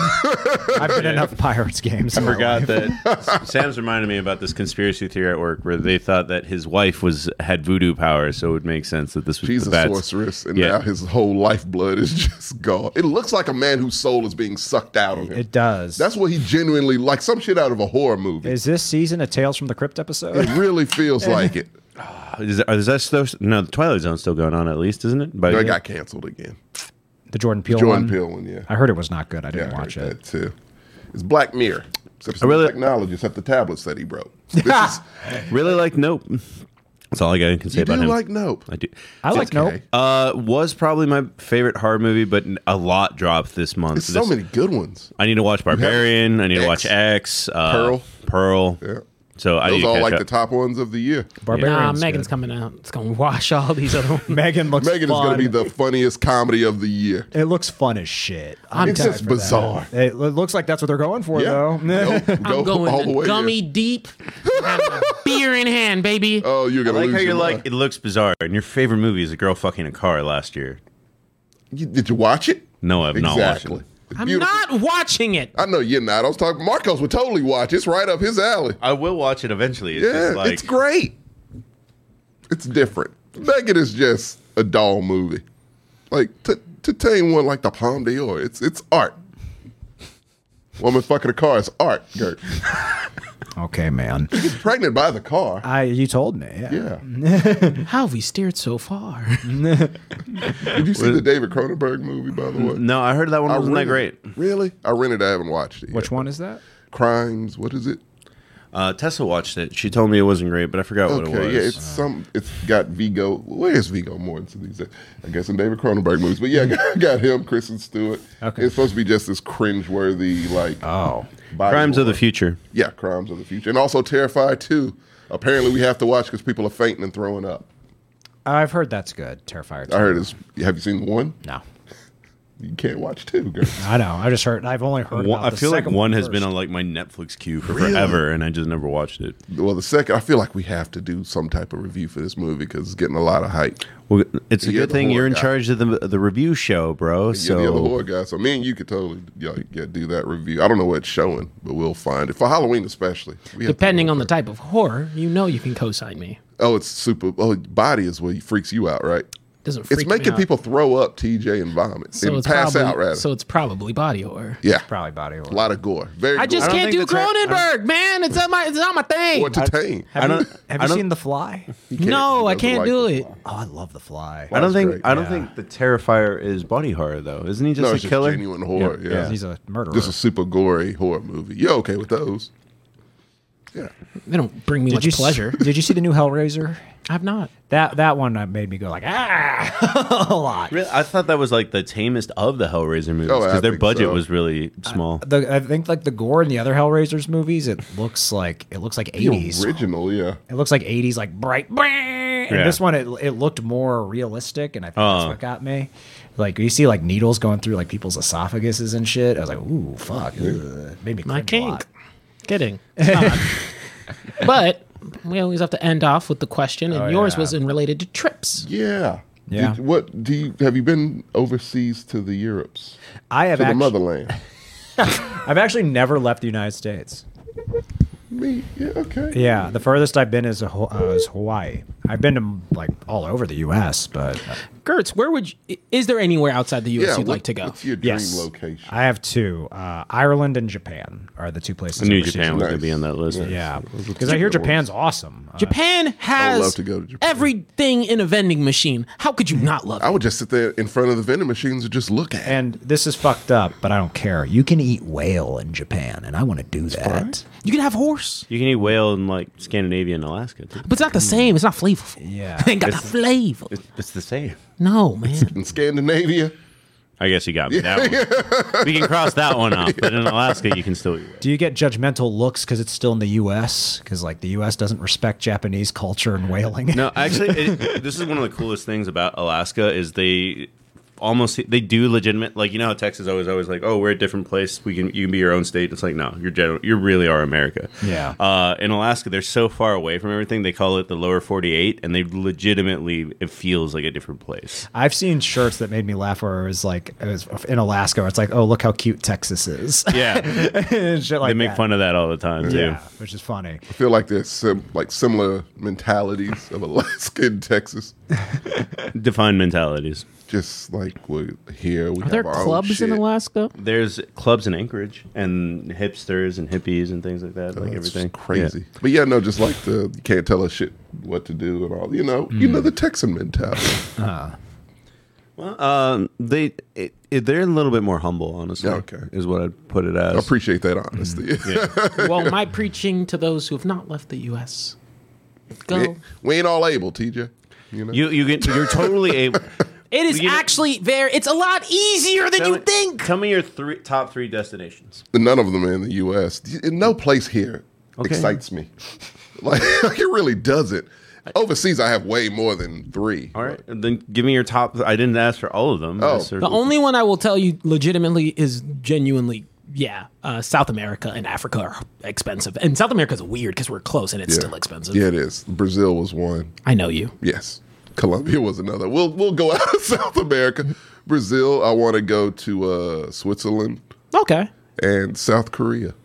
Speaker 3: I've been in enough Pirates games.
Speaker 1: I forgot that Sam's reminded me about this conspiracy theory at work where they thought that his wife was had voodoo power, so it would make sense that this was
Speaker 4: She's
Speaker 1: the
Speaker 4: a
Speaker 1: bats.
Speaker 4: sorceress, and
Speaker 1: Yeah.
Speaker 4: now his whole lifeblood is just gone. It looks like a man whose soul is being sucked out of him.
Speaker 3: It does.
Speaker 4: That's what he genuinely like. Some shit out of a horror movie.
Speaker 3: Is this season a Tales from the Crypt episode?
Speaker 4: It really feels like it.
Speaker 1: Is, that- is that still no? The Twilight Zone's still going on at least, isn't it? By
Speaker 4: No,
Speaker 1: yeah.
Speaker 4: it got canceled again.
Speaker 3: The Jordan Peele
Speaker 4: Jordan
Speaker 3: one?
Speaker 4: Peele one, yeah.
Speaker 3: I heard it was not good. I
Speaker 4: Yeah,
Speaker 3: didn't
Speaker 4: I
Speaker 3: watch
Speaker 4: heard That
Speaker 3: it.
Speaker 4: too. It's Black Mirror. Except it's
Speaker 1: really-
Speaker 4: really, technology, except the tablets that he broke. This is,
Speaker 1: really like Nope. That's all I got- can say
Speaker 4: you do
Speaker 1: about him.
Speaker 4: like Nope.
Speaker 1: I do.
Speaker 3: I like Nope.
Speaker 4: okay.
Speaker 1: Uh, was probably my favorite horror movie, but a lot dropped this month.
Speaker 4: There's so
Speaker 1: This-
Speaker 4: many good ones.
Speaker 1: I need to watch Barbarian. I need to
Speaker 4: X.
Speaker 1: watch X. Uh,
Speaker 4: Pearl.
Speaker 1: Pearl.
Speaker 4: Yeah.
Speaker 1: So I need
Speaker 4: Those
Speaker 1: to
Speaker 4: all
Speaker 1: catch
Speaker 4: like
Speaker 1: up.
Speaker 4: the top ones of the year.
Speaker 2: nah,
Speaker 3: Barbarian's
Speaker 2: Megan's
Speaker 3: good.
Speaker 2: coming out. It's gonna wash all these other ones.
Speaker 3: Megan looks.
Speaker 4: Megan is going to be the funniest comedy of the year.
Speaker 3: It looks fun as shit. I'm
Speaker 4: It's
Speaker 3: down
Speaker 4: just
Speaker 3: for that.
Speaker 4: bizarre.
Speaker 3: It, lo- looks like that's what they're going for,
Speaker 4: Yeah.
Speaker 3: though.
Speaker 4: Go-
Speaker 2: I'm
Speaker 4: go
Speaker 2: going
Speaker 4: all the way
Speaker 2: gummy
Speaker 4: in.
Speaker 2: deep, having a beer in hand, baby.
Speaker 4: Oh, you're
Speaker 1: I
Speaker 4: going to
Speaker 1: like
Speaker 4: lose
Speaker 1: how you're
Speaker 4: your
Speaker 1: like,
Speaker 4: mind.
Speaker 1: it looks bizarre. And your favorite movie is a girl fucking a car last year.
Speaker 4: You- did you watch it?
Speaker 1: No, I've not watched
Speaker 4: exactly.
Speaker 1: it.
Speaker 4: It's
Speaker 2: I'm
Speaker 4: beautiful. Uh,
Speaker 2: not watching it.
Speaker 4: I know you're not. I was talking. Marcos would totally watch. It's right up his alley.
Speaker 1: I will watch it eventually. It's
Speaker 4: Yeah,
Speaker 1: just like,
Speaker 4: it's great. It's different. Megan is just a doll movie. Like to to tame one like the Palm Dior. It's it's art. Woman fucking a car. It's art. Gert.
Speaker 3: Okay, man.
Speaker 4: Pregnant by the car.
Speaker 3: I you told me. Yeah.
Speaker 4: Yeah.
Speaker 2: How have we steered so far?
Speaker 4: Did you see the David Cronenberg movie? By the way,
Speaker 1: no, I heard that one
Speaker 4: I
Speaker 1: wasn't that great.
Speaker 4: rented- Really? I rented. it. I haven't watched it. Yet.
Speaker 3: Which one is that?
Speaker 4: Crimes. What is it?
Speaker 1: Uh, Tessa watched it. She told me it wasn't great, but I forgot what it
Speaker 4: Okay,
Speaker 1: was.
Speaker 4: yeah, it's some. It's got Vigo. Where is Vigo Mortensen these days? I guess in David Cronenberg movies, but yeah, got, got him, Kristen Stewart.
Speaker 3: Okay.
Speaker 4: it's supposed to be just this cringeworthy like
Speaker 3: Oh,
Speaker 4: body
Speaker 1: Crimes of the
Speaker 4: horror.
Speaker 1: Future.
Speaker 4: Yeah, Crimes of the Future, and also Terrified too. Apparently, we have to watch because people are fainting and throwing up.
Speaker 3: I've heard that's good. Terrifier.
Speaker 4: I heard it's. Have you seen one?
Speaker 3: No,
Speaker 4: You can't watch two, girl.
Speaker 3: I know. I just heard. I've only heard.
Speaker 1: One,
Speaker 3: about
Speaker 1: I
Speaker 3: the
Speaker 1: feel like
Speaker 3: second
Speaker 1: one has been
Speaker 3: first.
Speaker 1: on like my Netflix queue for forever, and I just never watched it.
Speaker 4: well, the second, I feel like we have to do some type of review for this movie because it's getting a lot of hype.
Speaker 1: Well, it's a
Speaker 4: You're
Speaker 1: good
Speaker 4: the
Speaker 1: thing
Speaker 4: horror
Speaker 1: you're in
Speaker 4: guy.
Speaker 1: charge of the the review show, bro.
Speaker 4: Yeah, the other
Speaker 1: So
Speaker 4: horror guy. So me and you could totally yeah, yeah, do that review. I don't know what it's showing, but we'll find it for Halloween especially. We have to
Speaker 2: Depending
Speaker 4: look
Speaker 2: on the
Speaker 4: at-
Speaker 2: type of horror, you know you can co-sign me.
Speaker 4: Oh, it's super. Oh, body is what freaks you out, right?
Speaker 2: doesn't freak
Speaker 4: It's making
Speaker 2: me out.
Speaker 4: people throw up, TJ, and vomit
Speaker 2: so
Speaker 4: and
Speaker 2: it's
Speaker 4: pass
Speaker 2: probably,
Speaker 4: out rather.
Speaker 2: So it's probably body horror.
Speaker 4: yeah,
Speaker 3: Probably body
Speaker 4: a
Speaker 3: horror.
Speaker 4: lot of gore. Very.
Speaker 2: I just
Speaker 4: gore.
Speaker 2: can't
Speaker 5: think
Speaker 2: do
Speaker 5: the tra-
Speaker 2: Cronenberg, man. It's not my it's not my thing.
Speaker 4: or to tame.
Speaker 1: I
Speaker 5: Have you,
Speaker 1: don't-
Speaker 5: have
Speaker 1: I
Speaker 5: you
Speaker 1: don't-
Speaker 5: seen The Fly?
Speaker 4: He can't-
Speaker 2: no,
Speaker 4: he
Speaker 2: I
Speaker 4: doesn't
Speaker 2: can't
Speaker 4: like
Speaker 2: do
Speaker 4: the
Speaker 2: it.
Speaker 4: fly.
Speaker 5: Oh, I love The Fly.
Speaker 1: I don't
Speaker 4: That's
Speaker 1: think
Speaker 4: great.
Speaker 1: I don't
Speaker 3: Yeah.
Speaker 1: think the Terrifier is body horror though. Isn't he just
Speaker 4: No,
Speaker 1: a
Speaker 4: it's just
Speaker 1: killer?
Speaker 4: genuine horror. Yeah,
Speaker 3: He's a murderer.
Speaker 4: This is super gory horror movie. You're okay with those? Yeah.
Speaker 2: They don't bring me much
Speaker 3: you s-
Speaker 2: pleasure.
Speaker 3: Did you see the new Hellraiser?
Speaker 2: I've not.
Speaker 3: That that one uh, made me go like ah a lot.
Speaker 1: Really? I thought that was like the tamest of the Hellraiser movies
Speaker 4: Oh, I
Speaker 1: because their
Speaker 4: think
Speaker 1: budget
Speaker 4: so.
Speaker 1: was really small.
Speaker 3: The, I think like the gore in the other Hellraisers movies, it looks like it looks like eighties.
Speaker 4: The original. Yeah.
Speaker 3: It looks like eighties, like bright. And
Speaker 1: Yeah.
Speaker 3: this one, it, it looked more realistic, and I think
Speaker 1: Uh.
Speaker 3: that's what got me. Like you see like needles going through like people's esophaguses and shit. I was like, ooh, fuck, ugh. It made me
Speaker 2: My
Speaker 3: cringe a lot.
Speaker 2: kink. Kidding. It's not. but we always have to end off with the question, and
Speaker 3: Oh,
Speaker 2: yours
Speaker 3: yeah.
Speaker 2: was in related to trips.
Speaker 4: Yeah.
Speaker 3: Yeah.
Speaker 4: Did, what do you have you been overseas to the Europes?
Speaker 3: I have
Speaker 4: to the
Speaker 3: actually,
Speaker 4: motherland.
Speaker 3: I've actually never left the United States.
Speaker 4: Me, yeah, okay.
Speaker 3: Yeah, the furthest I've been is, a, Ho- uh, is Hawaii. I've been to like all over the U.S., but uh,
Speaker 2: Gertz, where would you, is there anywhere outside the US
Speaker 4: Yeah,
Speaker 2: you'd
Speaker 4: what-
Speaker 2: like to go?
Speaker 4: What's your dream
Speaker 3: yes,
Speaker 4: location?
Speaker 3: I have two: uh, Ireland and Japan are the two places.
Speaker 1: I knew
Speaker 3: overseas.
Speaker 1: Japan was going
Speaker 4: nice.
Speaker 1: to be on that list.
Speaker 3: Yeah, because I hear Japan's awesome. Uh,
Speaker 2: Japan has
Speaker 4: love to go to Japan.
Speaker 2: everything in a vending machine. How could you not love
Speaker 4: I
Speaker 2: it?
Speaker 4: would just sit there in front of the vending machines and just look at. it.
Speaker 3: and this is fucked up, but I don't care. You can eat whale in Japan, and I want to do that.
Speaker 2: You could have horse,
Speaker 1: You can eat whale in like Scandinavia and Alaska. too.
Speaker 2: but it's not the same. It's not flavorful.
Speaker 3: Yeah.
Speaker 2: It ain't got that flavor.
Speaker 1: It's, it's the same.
Speaker 2: No, man.
Speaker 4: In Scandinavia,
Speaker 1: I guess you got me that one. we can cross that one off. But in Alaska, you can still eat whale.
Speaker 3: Do you get judgmental looks because it's still in the U.S.? Because like the U.S. doesn't respect Japanese culture and whaling.
Speaker 1: No, actually, it, this is one of the coolest things about Alaska is they almost they do legitimate like you know how Texas always always like oh we're a different place we can you can be your own state it's like no you're general, you really are America
Speaker 3: Yeah.
Speaker 1: uh, in Alaska they're so far away from everything they call it the lower forty eight and they legitimately it feels like a different place
Speaker 3: I've seen shirts that made me laugh where it was like it was in Alaska. Where it's like, oh, look how cute Texas is.
Speaker 1: yeah
Speaker 3: and shit like
Speaker 1: they make
Speaker 3: that.
Speaker 1: fun of that all the time too
Speaker 3: Yeah, which is funny.
Speaker 4: I feel like there's sim- like similar mentalities of Alaska and Texas.
Speaker 1: define mentalities
Speaker 4: Just like we're here, we
Speaker 2: Are
Speaker 4: have
Speaker 2: there
Speaker 4: our own
Speaker 2: clubs in
Speaker 4: Oh, shit.
Speaker 2: Alaska?
Speaker 1: there's clubs in Anchorage and hipsters and hippies and things like that like
Speaker 4: Uh, It's
Speaker 1: everything
Speaker 4: Oh, just crazy. But yeah, no, just like the you can't tell us shit what to do and all. You know, you
Speaker 2: Mm.
Speaker 4: know the Texan mentality.
Speaker 1: Well, um, they it, it, they're a little bit more humble, honestly.
Speaker 4: Yeah, okay.
Speaker 1: is what I'd put it as.
Speaker 4: I appreciate that honesty.
Speaker 2: Mm. well, my preaching to those who have not left the U.S. Go.
Speaker 4: we ain't all able, TJ. You know,
Speaker 1: you you get you're totally able.
Speaker 2: It is
Speaker 1: You know-
Speaker 2: actually very. It's a lot easier than you think.
Speaker 1: Tell me your three top three destinations.
Speaker 4: none of them are in the U.S. No place here excites me. Like it really doesn't. Overseas, I have way more than three.
Speaker 1: All right, and then give me your top. I didn't ask for all of them.
Speaker 4: Oh.
Speaker 1: That's
Speaker 2: The only one I will tell you legitimately is genuinely, yeah. Uh, South America and Africa are expensive, and South America is weird because we're close and it's still expensive.
Speaker 4: Yeah, it is. Brazil was one.
Speaker 2: I know you.
Speaker 4: Yes. Colombia was another. We'll we'll go out of South America. Brazil, I want to go to uh, Switzerland
Speaker 2: Okay.
Speaker 4: and South Korea.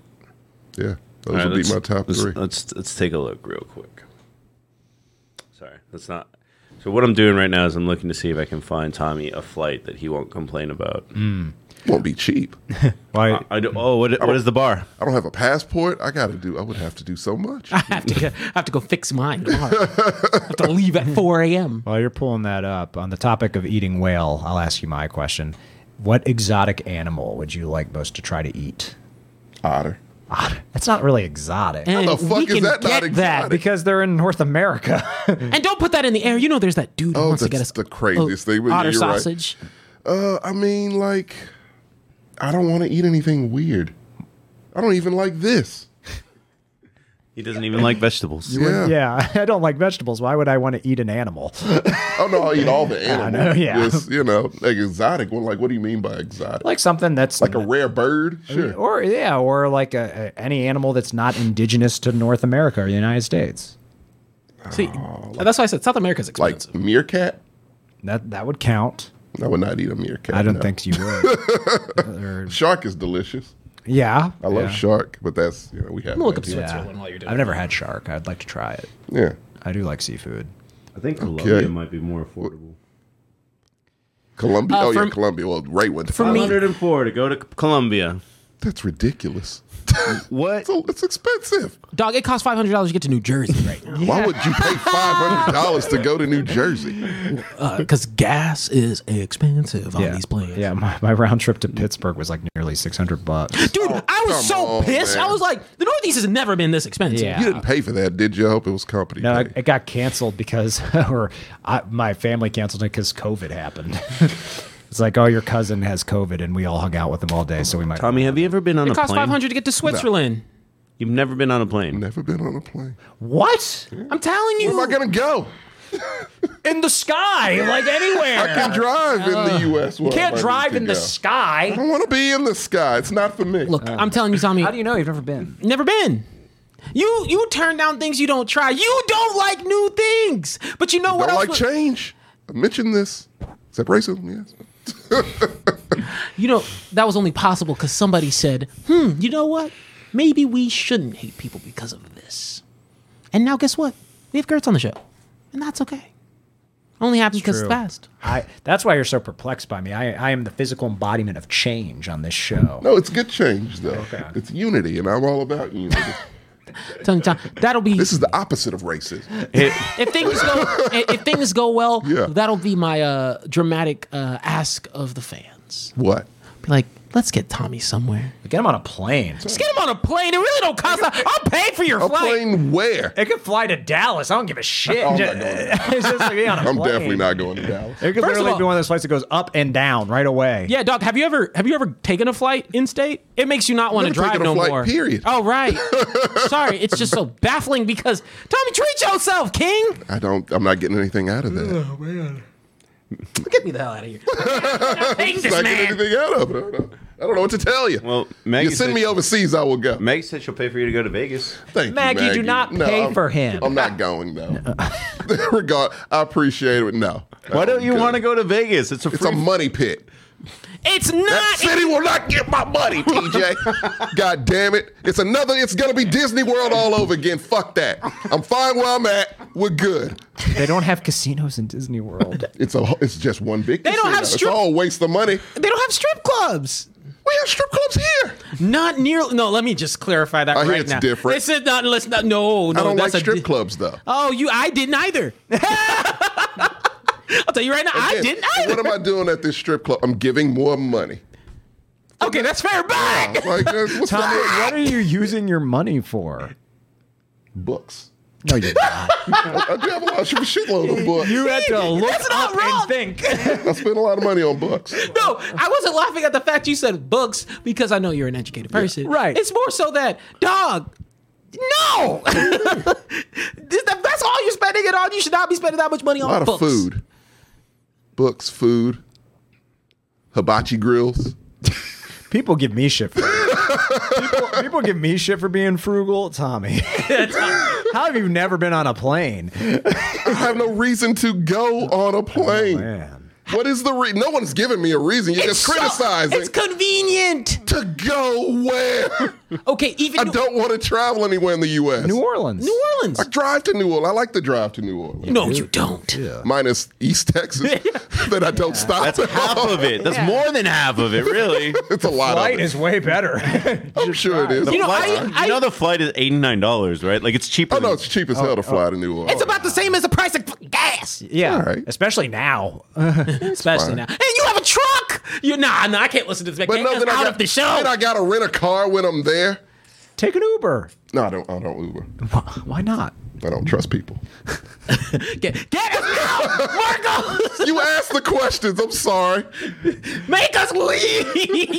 Speaker 4: Yeah. Those
Speaker 1: All right,
Speaker 4: would be
Speaker 1: let's-
Speaker 4: my top
Speaker 1: let's-
Speaker 4: three.
Speaker 1: Let's let's take a look real quick. Sorry, that's not. So what I'm doing right now is I'm looking to see if I can find Tommy a flight that he won't complain about.
Speaker 4: Won't be cheap.
Speaker 3: Why?
Speaker 1: I do, oh, what, what is the bar?
Speaker 4: I don't have a passport. I got to do. I would have to do so much.
Speaker 1: Ah.
Speaker 2: I have to. go- I have to go fix mine. Tomorrow. I have to leave at four a.m.
Speaker 3: While you're pulling that up, on the topic of eating whale, I'll ask you my question. What exotic animal would you like most to try to eat?
Speaker 4: Otter.
Speaker 3: Otter. That's not really exotic.
Speaker 2: And
Speaker 4: the fuck
Speaker 2: we
Speaker 4: is
Speaker 2: can
Speaker 4: that not
Speaker 2: get that.
Speaker 4: exotic?
Speaker 3: Uh, because they're in North America.
Speaker 2: And don't put that in the air. You know, there's that dude who
Speaker 4: Oh,
Speaker 2: wants to
Speaker 4: that's
Speaker 2: get us
Speaker 4: the craziest thing, but yeah,
Speaker 2: Otter
Speaker 4: you're right.
Speaker 2: sausage.
Speaker 4: Uh, I mean, like, I don't want to eat anything weird. I don't even like this.
Speaker 1: He doesn't even like vegetables.
Speaker 4: Yeah.
Speaker 3: yeah, I don't like vegetables. Why would I want to eat an animal?
Speaker 4: Oh no, I'll eat all the animals.
Speaker 3: know, yeah.
Speaker 4: Just, you know, like exotic one. Like, what do you mean by exotic? Like,
Speaker 3: like something that's
Speaker 4: a rare bird? Sure.
Speaker 3: or Oh, yeah, or like a, a- any animal that's not indigenous to North America or the United States.
Speaker 2: See, that's why I said South America's expensive.
Speaker 4: Oh, Like meerkat?
Speaker 3: That that would count.
Speaker 4: I would not eat a meerkat.
Speaker 3: I don't
Speaker 4: no.
Speaker 3: think you would. Uh,
Speaker 4: shark is delicious.
Speaker 3: yeah,
Speaker 4: I love
Speaker 3: yeah.
Speaker 4: shark, but that's you know we have.
Speaker 2: I'm gonna look
Speaker 4: that
Speaker 2: up
Speaker 4: here.
Speaker 2: Switzerland while you're doing
Speaker 3: I've never had shark. I'd like to try it.
Speaker 4: Yeah.
Speaker 3: I do like seafood.
Speaker 1: I think Colombia might be more affordable.
Speaker 4: Columbia.
Speaker 2: Uh,
Speaker 4: oh yeah,
Speaker 2: for-
Speaker 4: Columbia. Well, Ray went to
Speaker 2: for me-
Speaker 4: Columbia.
Speaker 1: 104 to go to Columbia.
Speaker 4: That's ridiculous.
Speaker 1: What?
Speaker 4: so it's expensive.
Speaker 2: Dog, it costs five hundred dollars to get to New Jersey right now
Speaker 4: Why would you pay five hundred dollars to go to New Jersey?
Speaker 2: because gas is expensive on
Speaker 3: yeah.
Speaker 2: these planes.
Speaker 3: Yeah, my, my round trip to Pittsburgh was like nearly 600 bucks.
Speaker 2: Dude, I
Speaker 4: Oh, come
Speaker 2: was so
Speaker 4: on,
Speaker 2: pissed.
Speaker 4: man.
Speaker 2: I was like, the Northeast has never been this expensive.
Speaker 3: Yeah.
Speaker 4: You didn't pay for that, did you? I hope it was company.
Speaker 3: No,
Speaker 4: pay.
Speaker 3: it, it got canceled because, or I, my family canceled it because COVID happened. it's like, oh, your cousin has COVID, and we all hung out with him all day, so we might.
Speaker 1: Tommy, have you ever been on
Speaker 2: It
Speaker 1: a
Speaker 2: costs
Speaker 1: plane?
Speaker 2: five hundred to get to Switzerland.
Speaker 1: You've never been on a plane.
Speaker 4: Never been on a plane.
Speaker 3: What
Speaker 2: I'm telling you.
Speaker 4: Where am I gonna go?
Speaker 3: in the sky? Like
Speaker 4: I
Speaker 3: anywhere?
Speaker 4: can drive in the U.S. You
Speaker 3: Uh, Can't drive in the
Speaker 4: I
Speaker 3: sky.
Speaker 4: don't want to be in the sky. It's not for me.
Speaker 2: Look, I'm telling you, Tommy.
Speaker 5: How do you know you've never been?
Speaker 2: Never been. You you turn down things you don't try. You don't like new things. But you know
Speaker 4: I
Speaker 2: what
Speaker 4: don't
Speaker 2: else?
Speaker 4: like
Speaker 2: was-
Speaker 4: change. I mentioned this. Is that racism? Yes.
Speaker 2: you know that was only possible because somebody said, "Hmm, you know what? Maybe we shouldn't hate people because of this." And now guess what? We have Gertz on the show, and that's okay. Only happens because it's
Speaker 3: True.
Speaker 2: fast.
Speaker 3: I, that's why you're so perplexed by me. I, I am the physical embodiment of change on this show.
Speaker 4: No, it's good change though.
Speaker 3: Okay.
Speaker 4: It's unity, and I'm all about unity.
Speaker 2: Tongue, tongue. That'll be
Speaker 4: this is the opposite of racism.
Speaker 2: if things go if if things go well.
Speaker 4: Yeah.
Speaker 2: That'll be my uh, dramatic uh, ask of the fans.
Speaker 4: What?
Speaker 2: Be like, let's get Tommy somewhere.
Speaker 3: Get him on a plane.
Speaker 2: Just get him on a plane. It really don't cost. that- I'll pay for your
Speaker 4: A
Speaker 2: flight.
Speaker 4: plane where?
Speaker 3: It could fly to Dallas. I don't give a shit.
Speaker 2: Oh
Speaker 4: I'm not
Speaker 3: Just-
Speaker 4: going to
Speaker 3: it's just like being on a
Speaker 4: I'm
Speaker 3: plane.
Speaker 4: definitely not going to Dallas.
Speaker 3: It could
Speaker 2: First of
Speaker 3: literally
Speaker 2: all-
Speaker 3: be one of those flights that goes up and down right away.
Speaker 2: Yeah, Doc. Have you ever have you ever taken a flight in state? It makes you not want to
Speaker 4: Never
Speaker 2: drive
Speaker 4: taken a
Speaker 2: no
Speaker 4: flight,
Speaker 2: more.
Speaker 4: period.
Speaker 2: Oh right. Sorry, it's just so baffling because Tommy, treat yourself, King.
Speaker 4: I don't. I'm not getting anything out of that.
Speaker 2: Get me the hell out of here. I'm taking this
Speaker 4: not getting
Speaker 2: man.
Speaker 4: anything out of it. I don't know. I don't know what to tell you.
Speaker 1: Well,
Speaker 4: you
Speaker 1: Maggie
Speaker 4: send
Speaker 1: said-
Speaker 4: me overseas, I will go.
Speaker 1: Meg said she'll pay for you to go to Vegas.
Speaker 4: Thank
Speaker 3: Maggie,
Speaker 4: you,
Speaker 3: do not pay
Speaker 4: I'm-
Speaker 3: for him.
Speaker 4: I'm not going though. Regard, I appreciate it. No.
Speaker 1: Why don't you want to go to Vegas? It's a
Speaker 4: It's a
Speaker 1: free.
Speaker 4: money pit.
Speaker 2: It's
Speaker 4: That
Speaker 2: not. e-,
Speaker 4: city will not get my money, TJ. God damn it. It's another, it's going to be Disney World all over again. Fuck that. I'm fine where I'm at. We're good.
Speaker 5: They don't have casinos in Disney World.
Speaker 4: It's a. It's just one big.
Speaker 2: They don't
Speaker 4: casino.
Speaker 2: have strip-
Speaker 4: It's all waste of money.
Speaker 2: they don't have strip clubs.
Speaker 4: We have strip clubs here.
Speaker 2: Not nearly. No, let me just clarify that
Speaker 4: I
Speaker 2: right
Speaker 4: hear it's
Speaker 2: now.
Speaker 4: different.
Speaker 2: This is not. Let's not. No, no.
Speaker 4: I don't like
Speaker 2: Oh, that's a
Speaker 4: strip
Speaker 2: di-
Speaker 4: clubs though.
Speaker 2: Oh, you. I didn't either. I'll tell you right now. I
Speaker 4: Again,
Speaker 2: didn't either.
Speaker 4: What am I doing at this strip club? I'm giving more money.
Speaker 2: okay, that's fair. Bye.
Speaker 4: Like that's- what's
Speaker 3: Tommy,
Speaker 4: that?
Speaker 3: what are you using your money for?
Speaker 4: Books.
Speaker 3: No, you're not.
Speaker 4: I do have a lot of shitload of books.
Speaker 3: You had to look
Speaker 2: That's not
Speaker 3: up
Speaker 2: wrong.
Speaker 3: and think.
Speaker 4: I spend a lot of money on books.
Speaker 2: No, I wasn't laughing at the fact you said books because I know you're an educated person.
Speaker 3: right.
Speaker 2: It's more so that, dog, no. This- that- That's all you're spending it on. You should not be spending that much money
Speaker 4: A
Speaker 2: on
Speaker 4: lot
Speaker 2: books.
Speaker 4: of food. Books, food, hibachi grills.
Speaker 3: People give me shit for it. people, people give me shit for being frugal. Tommy, how have you never been on a plane?
Speaker 4: I have no reason to go on a plane.
Speaker 3: Man.
Speaker 4: what is the reason? No one's giving me a reason. You're
Speaker 2: It's
Speaker 4: just
Speaker 2: so-
Speaker 4: criticizing.
Speaker 2: it's convenient.
Speaker 4: to go where?
Speaker 2: Okay, even
Speaker 4: I
Speaker 2: New,
Speaker 4: don't want to travel anywhere in the U.S.
Speaker 3: New Orleans.
Speaker 2: New Orleans.
Speaker 4: Drive to New Orleans. I like to drive to New Orleans.
Speaker 2: no, you don't.
Speaker 4: Minus East Texas that I don't stop at
Speaker 1: Half
Speaker 4: all.
Speaker 1: of it. That's more than half of it, really.
Speaker 4: It's a lot
Speaker 3: Flight
Speaker 4: of it.
Speaker 3: is way better.
Speaker 4: I'm sure it is.
Speaker 2: You know,
Speaker 1: Flight-
Speaker 2: I- I-
Speaker 1: you know the flight is eighty nine dollars, right? Like it's cheaper.
Speaker 4: oh, no,
Speaker 1: than-
Speaker 4: it's cheap as hell to fly to New Orleans.
Speaker 2: It's about the same as the price of fucking gas,
Speaker 3: yeah,
Speaker 4: All right.
Speaker 3: especially now.
Speaker 2: especially now. And you have a truck. You nah, nah. I can't listen to this. Man.
Speaker 4: But
Speaker 2: Get
Speaker 4: no,
Speaker 2: us
Speaker 4: then I
Speaker 2: out
Speaker 4: got,
Speaker 2: of the
Speaker 4: Then
Speaker 2: show.
Speaker 4: I got to rent a car when I'm there.
Speaker 3: Take an Uber.
Speaker 4: No, I don't. I don't Uber.
Speaker 3: Why not?
Speaker 4: I don't trust people.
Speaker 2: Get, get us out, Marcos.
Speaker 4: You asked the questions. I'm sorry.
Speaker 2: Make us leave.